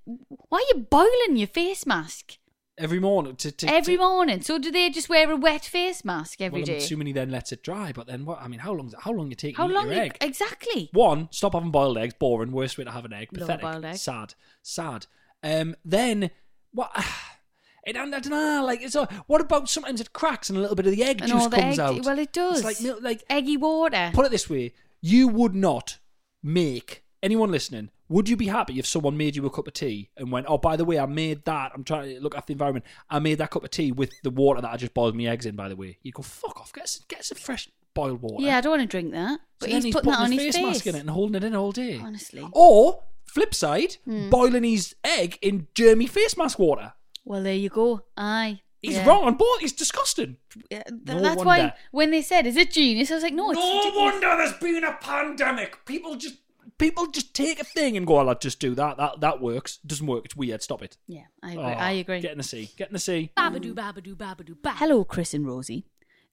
Why are you boiling your face mask Every morning to, to every to, morning? So do they just wear a wet face mask every well, day? I'm assuming he then lets it dry. But then what? I mean, how long? How long you take? How long? Your you- egg? exactly. One, stop having boiled eggs. Boring. Worst way to have an egg. Love a Pathetic. boiled egg. Sad. Sad. Um, then what? [SIGHS] I don't, I don't know. Like, it's a, what about sometimes it cracks and a little bit of the egg And juice all the comes egg- out? Well, it does. It's like milk. Like, eggy water. put it this way: you would not make anyone listening. Would you be happy if someone made you a cup of tea and went, "Oh, by the way, I made that. I'm trying to look after the environment. I made that cup of tea with the water that I just boiled my eggs in." By the way, you go, "Fuck off! Get some, get some fresh boiled water." yeah, I don't want to drink that. But So he's, then putting, that on his face. mask in it and holding it in all day. Honestly. Hmm. Or flip side, boiling his egg in germy face mask water. Well, there you go. Aye. He's Yeah. wrong on both. He's disgusting. Yeah, th- No that's wonder. why when they said, "Is it genius?" I was like, "No, it's no ridiculous." wonder there's been a pandemic. People just people just take a thing and go, "Well, I'll just do that. That that works. Doesn't work. It's weird. Stop it." Yeah, I agree. Oh, I agree. Get in the sea. Get in the [LAUGHS] sea. Babadoo, babadoo, babadoo, ba. Hello, Chris and Rosie.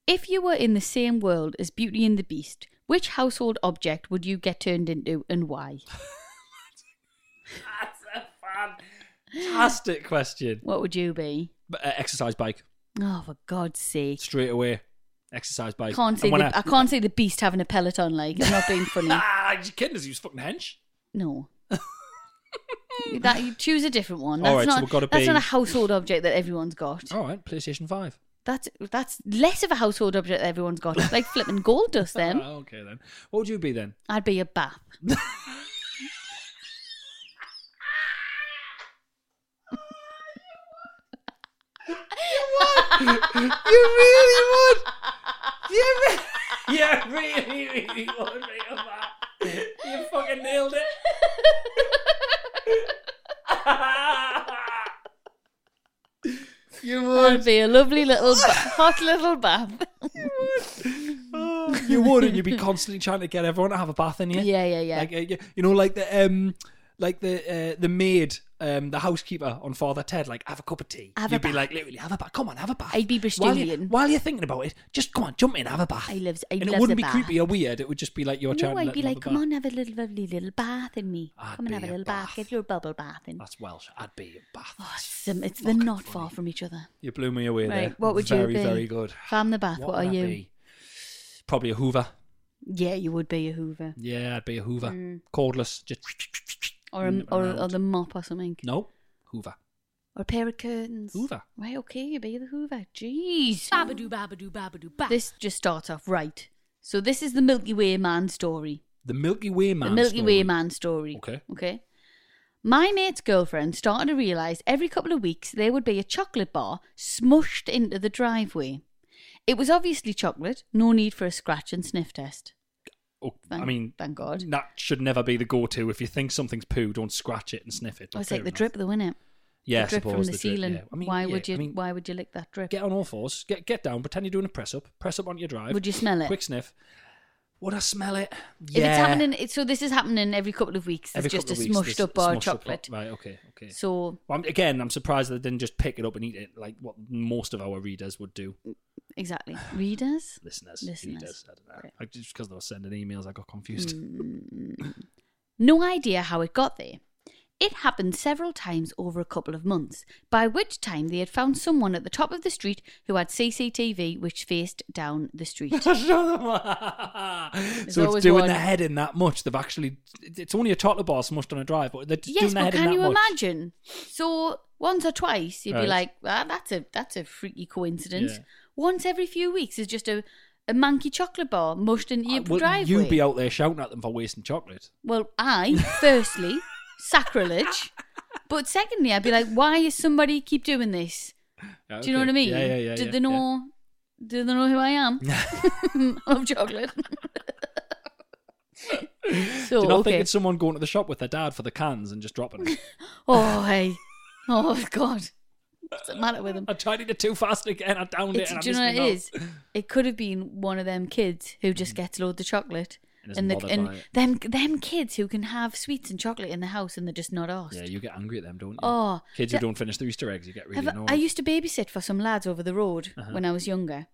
If you were in the same world as Beauty and the Beast, which household object would you get turned into and why? Fantastic question. What would you be? But, uh, exercise bike Oh, for God's sake. straight away. Exercise bike. Can't And see when the, I, can't see the beast having a peloton like. I'm not being funny. [LAUGHS] Ah, you kidding us? He was fucking hench. No. that you choose a different one. That's All right, so not we've gotta that's not be- Oh. a household object that everyone's got. All right, PlayStation Five. That's that's less of a household object that everyone's got. Like flipping gold dust [LAUGHS] then. Oh, okay then. What would you be then? I'd be a bath. You really would. You really, you [LAUGHS] really, really would, Rita. You fucking [LAUGHS] nailed it. you I'd be a lovely [LAUGHS] little ba- hot little bath. [LAUGHS] You would, and you'd be constantly trying to get everyone to have a bath in you. Yeah, yeah, yeah. Like uh, you- you know, like the um, like the uh, the maid, um, the housekeeper on Father Ted. Like, have a cup of tea. Have a You'd be bath. like, literally, have a bath. Come on, have a bath. I'd be While you- While, Bristolian. you're thinking about it, just come on, jump in, have a bath. I loves- I and it loves wouldn't a be bath. creepy or weird. It would just be like you're trying. no, to I'd let be them have like, a come bath." on, have a little lovely little bath in me. I'd come and have be a a little bath. bath. Get your bubble bath in. That's Welsh. I'd be a bath. Oh, That's it's, um, it's they're fucking not funny. far from each other. You blew me away Right, there. what would you very, be? Very good. If I'm the bath, what would are I you? be? Probably a Hoover. Yeah, you would be a Hoover Yeah, I'd be a Hoover. Cordless. Just Hmm. or a, Mm, or, around. or the mop or something, no Hoover. or a pair of curtains. Hoover. Right, okay, you be the Hoover. Jeez, Babadoo, babadoo, babadoo, ba. this just starts off right. So this is the Milky Way man story. The Milky Way man. the Milky story. Way man story. Okay. Okay. My mate's girlfriend started to realise every couple of weeks there would be a chocolate bar smushed into the driveway. It was obviously chocolate, no need for a scratch and sniff test. Oh, Thank, I mean, thank God. that should never be the go-to. If you think something's poo, don't scratch it and sniff it. Oh, but it's like fair the enough. drip, though, innit? Yeah, I the drip from suppose the, the drip, ceiling. yeah. I mean, why yeah, would you? I mean, why would you lick that drip? Get on all fours. Get get down. Pretend you're doing a press up. Press up onto your drive. Would you smell it? Quick sniff. Would I smell it? If it's happening, it, so this is happening every couple of weeks. Every it's just a couple of weeks, smushed there's up bar smushed of chocolate. Right. Okay. Okay. So Well, I'm, again, I'm surprised they didn't just pick it up and eat it like what most of our readers would do. exactly, readers. Listeners, Listeners. Hmm. readers. I don't know. Right. Like, just because they were sending emails, I got confused. [LAUGHS] No idea how it got there. It happened several times over a couple of months, by which time they had found someone at the top of the street who had CCTV which faced down the [LAUGHS] street. so it's always doing one. the head in that much. They've actually, it's only a chocolate bar smushed on a drive, but they're just yes, doing the but head can in you that much. imagine? So once or twice you'd be Right. like, ah, that's a that's a freaky coincidence. Yeah. Once every few weeks is just a, a manky chocolate bar mushed into your Uh, well, driveway. You'd be out there shouting at them for wasting chocolate. Well, I, firstly, [LAUGHS] sacrilege. But secondly, I'd be like, why is somebody keep doing this? Yeah, Do you know okay. what I mean? Yeah, yeah, yeah. Do yeah, they know? Do they know who I [LAUGHS] am? [LAUGHS] I love chocolate. Yeah. so Do you not okay. think it's someone going to the shop with their dad for the cans and just [LAUGHS] dropping it? oh hey, oh god, what's the matter with him? [LAUGHS] I tried it too fast again. I downed It's, it. And do you I know what missed it my note. is? It could have been one of them kids who just gets loads of chocolate And isn't and the, bothered by and it. them them kids who can have sweets and chocolate in the house and they're just not asked. Yeah, you get angry at them, don't you? Oh, Kids the- who don't finish their Easter eggs, you get really Have I- annoyed. I used to babysit for some lads over the road Uh-huh. when I was younger,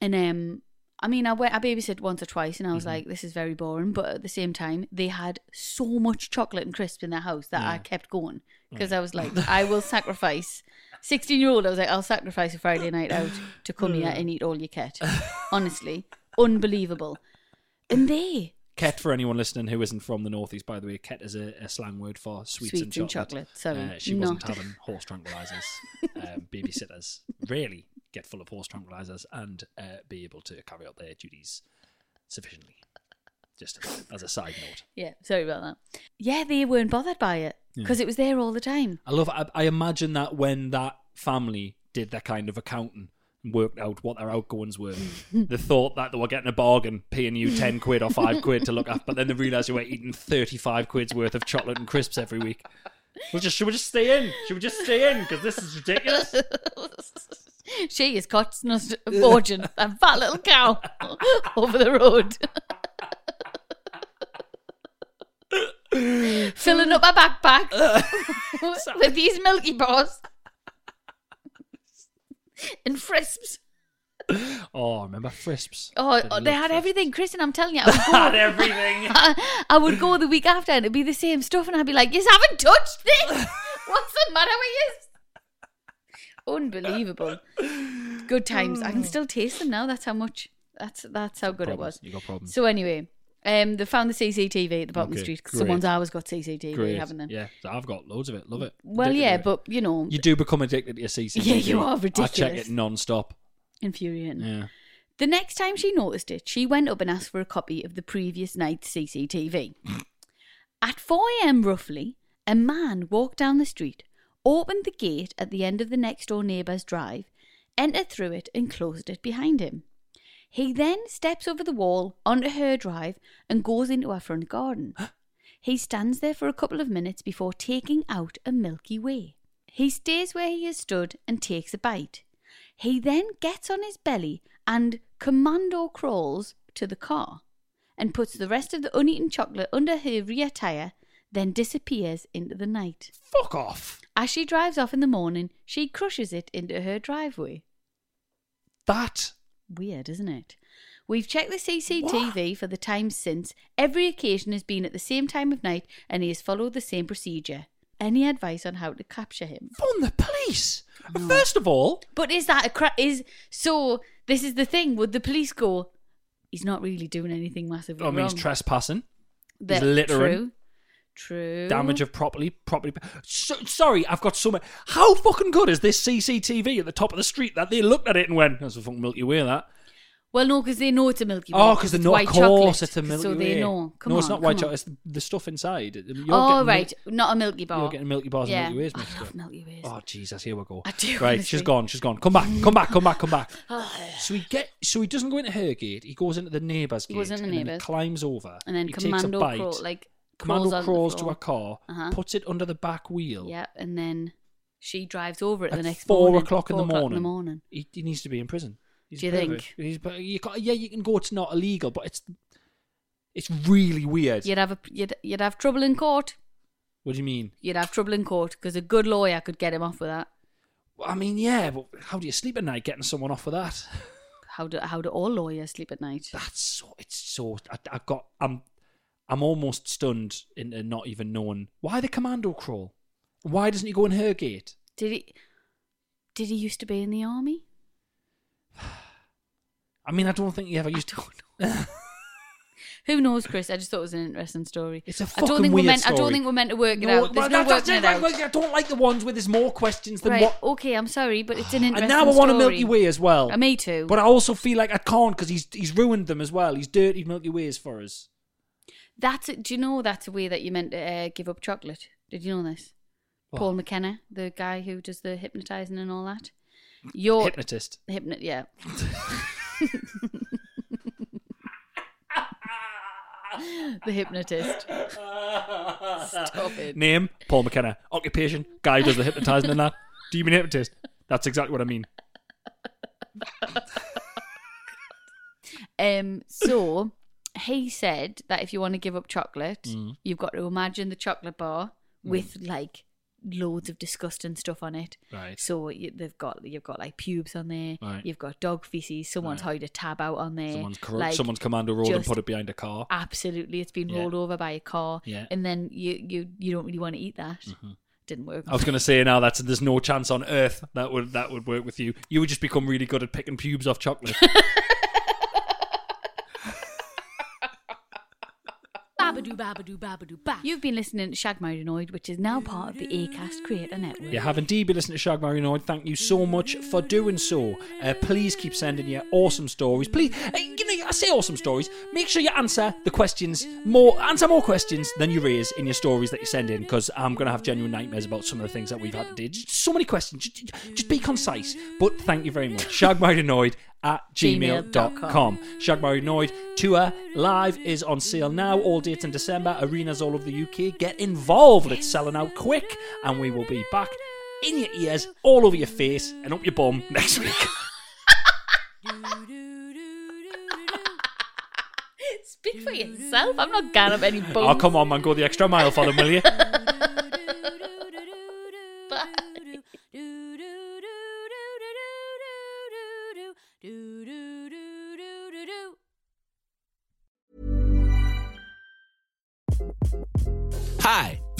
and um, I mean, I went, I babysit once or twice, and I Mm-hmm. was like, this is very boring. But at the same time, they had so much chocolate and crisps in their house that I Yeah. Mm. kept going because I was [LAUGHS] like, I will sacrifice. Sixteen-year-old, I was like, I'll sacrifice a Friday night out to come here and eat all you [LAUGHS] get. Honestly, unbelievable. And they Ket, for anyone listening who isn't from the northeast, by the way, Ket is a, a slang word for sweets, Sweets and and chocolate. chocolate, sorry, Uh, she wasn't not- having [LAUGHS] horse tranquilizers. um, babysitters really get full of horse tranquilizers and uh, be able to carry out their duties sufficiently. Just as a side note. Yeah, sorry about that. Yeah, they weren't bothered by it because it was there all the time. I love. I, I imagine that when that family did their kind of accounting and worked out what their [LAUGHS] outgoings were, the thought that they were getting a bargain, paying you ten quid or five quid to look after, but then they realised you were eating thirty-five quid's worth of chocolate and crisps every week. We'll just should we just stay in? Should we just stay in? Because this is ridiculous. She is costing us a fortune, that fat little cow [LAUGHS] over the road. Filling up my backpack with these Milky Bars and frisps. Oh, I remember frisps? Oh, Bloody oh, love they had frisps. everything, Chris, and I'm telling you, I would, [LAUGHS] Had everything. I would go the week after and it'd be the same stuff, and I'd be like, "You haven't touched [LAUGHS] this. What's the matter with you?" Unbelievable. Good times. I can still taste them now. That's how much. That's that's how good Problems. it You Oh. got was. problems. So anyway, um, they found the CCTV at the bottom of the Okay, street. 'cause great. Someone's always got CCTV, Great. haven't they? Yeah, so I've got loads of it. Love it. Well, Addicted yeah, to it. but you know, you do become addicted to your CCTV. Yeah, you are I check ridiculous. it non-stop. infuriating. Yeah. The next time she noticed it, she went up and asked for a copy of the previous night's CCTV. at 4 am roughly, a man walked down the street, opened the gate at the end of the next door neighbour's drive, entered through it, and closed it behind him. He then steps over the wall onto her drive and goes into her front garden. he stands there for a couple of minutes before taking out a Milky Way. He stays where he has stood and takes a bite. He then gets on his belly and commando crawls to the car and puts the rest of the uneaten chocolate under her rear tyre, then disappears into the night. Fuck off. As she drives off in the morning, she crushes it into her driveway. That Weird, isn't it? We've checked the CCTV for the times since. Every occasion has been at the same time of night and he has followed the same procedure. Any advice on how to capture him? from the police. First of all, But is that a cra- is so? This is the thing. Would the police go? He's not really doing anything massively Oh, I mean, he's wrong." trespassing, That- he's littering. True. True. damage of property, property. So, sorry, I've got so much. How fucking good is this CCTV at the top of the street that they looked at it and went, "That's a fucking Milky Way." That Well, no, because they know it's a Milky Way. oh, because they're it's not. white Of course, chocolate, it's a Milky so Way. they know. Come no, on, it's not white come on. chocolate. It's the, the stuff inside. You're oh, getting right, not a Milky Bar. Mil- you're getting Milky Bars, Yeah. Milky Ways [SIGHS] I mixed love up. Milky Ways. Oh Jesus, here we go. I do, Right, honestly. she's gone. She's gone. Come back. Come back. Come back. Come [LAUGHS] back. so he get. So he doesn't go into her gate. He goes into the neighbour's He gate. goes into and then neighbour's. he climbs over. [SIGHS] and then he takes a commando bite. crawl, like Commando crawls, onto crawls the to floor. a car, Uh-huh. puts it under the back wheel. Yeah, and then she drives over it At the next four morning, o'clock in four the morning. In the morning. He, he needs to be in prison. He's Do you a pervert. think? He's, but you can't- yeah, you can go. It's not illegal, but it's it's really weird. You'd have a you'd, you'd have trouble in court. What do you mean? You'd have trouble in court because a good lawyer could get him off with that. Well, I mean, yeah, but how do you sleep at night getting someone off with that? How do how do all lawyers sleep at night? That's so. It's so. I, I got. I'm. I'm almost stunned into not even knowing why the commando crawl. Why doesn't he go in her gate? Did he? Did he used to be in the army? I mean, I don't think he ever used to. [LAUGHS] Who knows, Chris? I just thought it was an interesting story. It's a I don't fucking think we're weird meant. I don't story. think we're meant to work it No, out. well, There's no that- working that's it it, out. like, I don't like the ones where there's more questions than right? what Okay, I'm sorry, but it's an interesting. and now I want a story. Milky Way as well. Uh, me too. But I also feel like I can't because he's he's ruined them as well. He's dirtied Milky Ways for us. That's a, do you know that's a way that you meant to uh, give up chocolate? Did you know this? Paul McKenna, the guy who does the hypnotizing and all that. Your Hypnotist. hypnot, [LAUGHS] yeah. the hypnotist. Stop it. Name Paul McKenna. Occupation guy who does the hypnotising [LAUGHS] and that. Do you mean hypnotist? That's exactly what I mean. Um, so he said that if you want to give up chocolate, Mm. you've got to imagine the chocolate bar with like loads of disgusting stuff on it. Right. So you, they've got you've got like pubes on there. Right. You've got dog feces. Someone's Right. hide a tab out on there. Someone's, cor- Eh, like, someone's commando rolled and just put it behind a car. Absolutely, it's been Yeah. rolled over by a car. Yeah. Mm-hmm. And then you you you don't really want to eat that. Didn't work. I was going to say now that's there's no chance on earth that would that would work with you. You would just become really good at picking pubes off chocolate. Babadoo, babadoo, babadoo, ba. You've been listening to Shag Marinoid, which is now part of the Acast Creator Network. you have indeed been listening to Shag Marinoid. Thank you so much for doing so. Uh, please keep sending your awesome stories. Please, uh, you know, I say awesome stories. Make sure you answer the questions more, answer more questions than you raise in your stories that you send in, because I'm going to have genuine nightmares about some of the things that we've had to do. Just so many questions. Just, just be concise. But thank you very much. Shag Marinoid at gmail.com. Shagmarinoid Tour Live is on sale now, all dates in December, arenas all over the UK. Get involved, it's selling out quick, and we will be back in your ears, all over your face, and up your bum next week. Speak for yourself. I'm not going up any bones. [LAUGHS] oh, come on, man, go the extra mile for them, will you? Hi,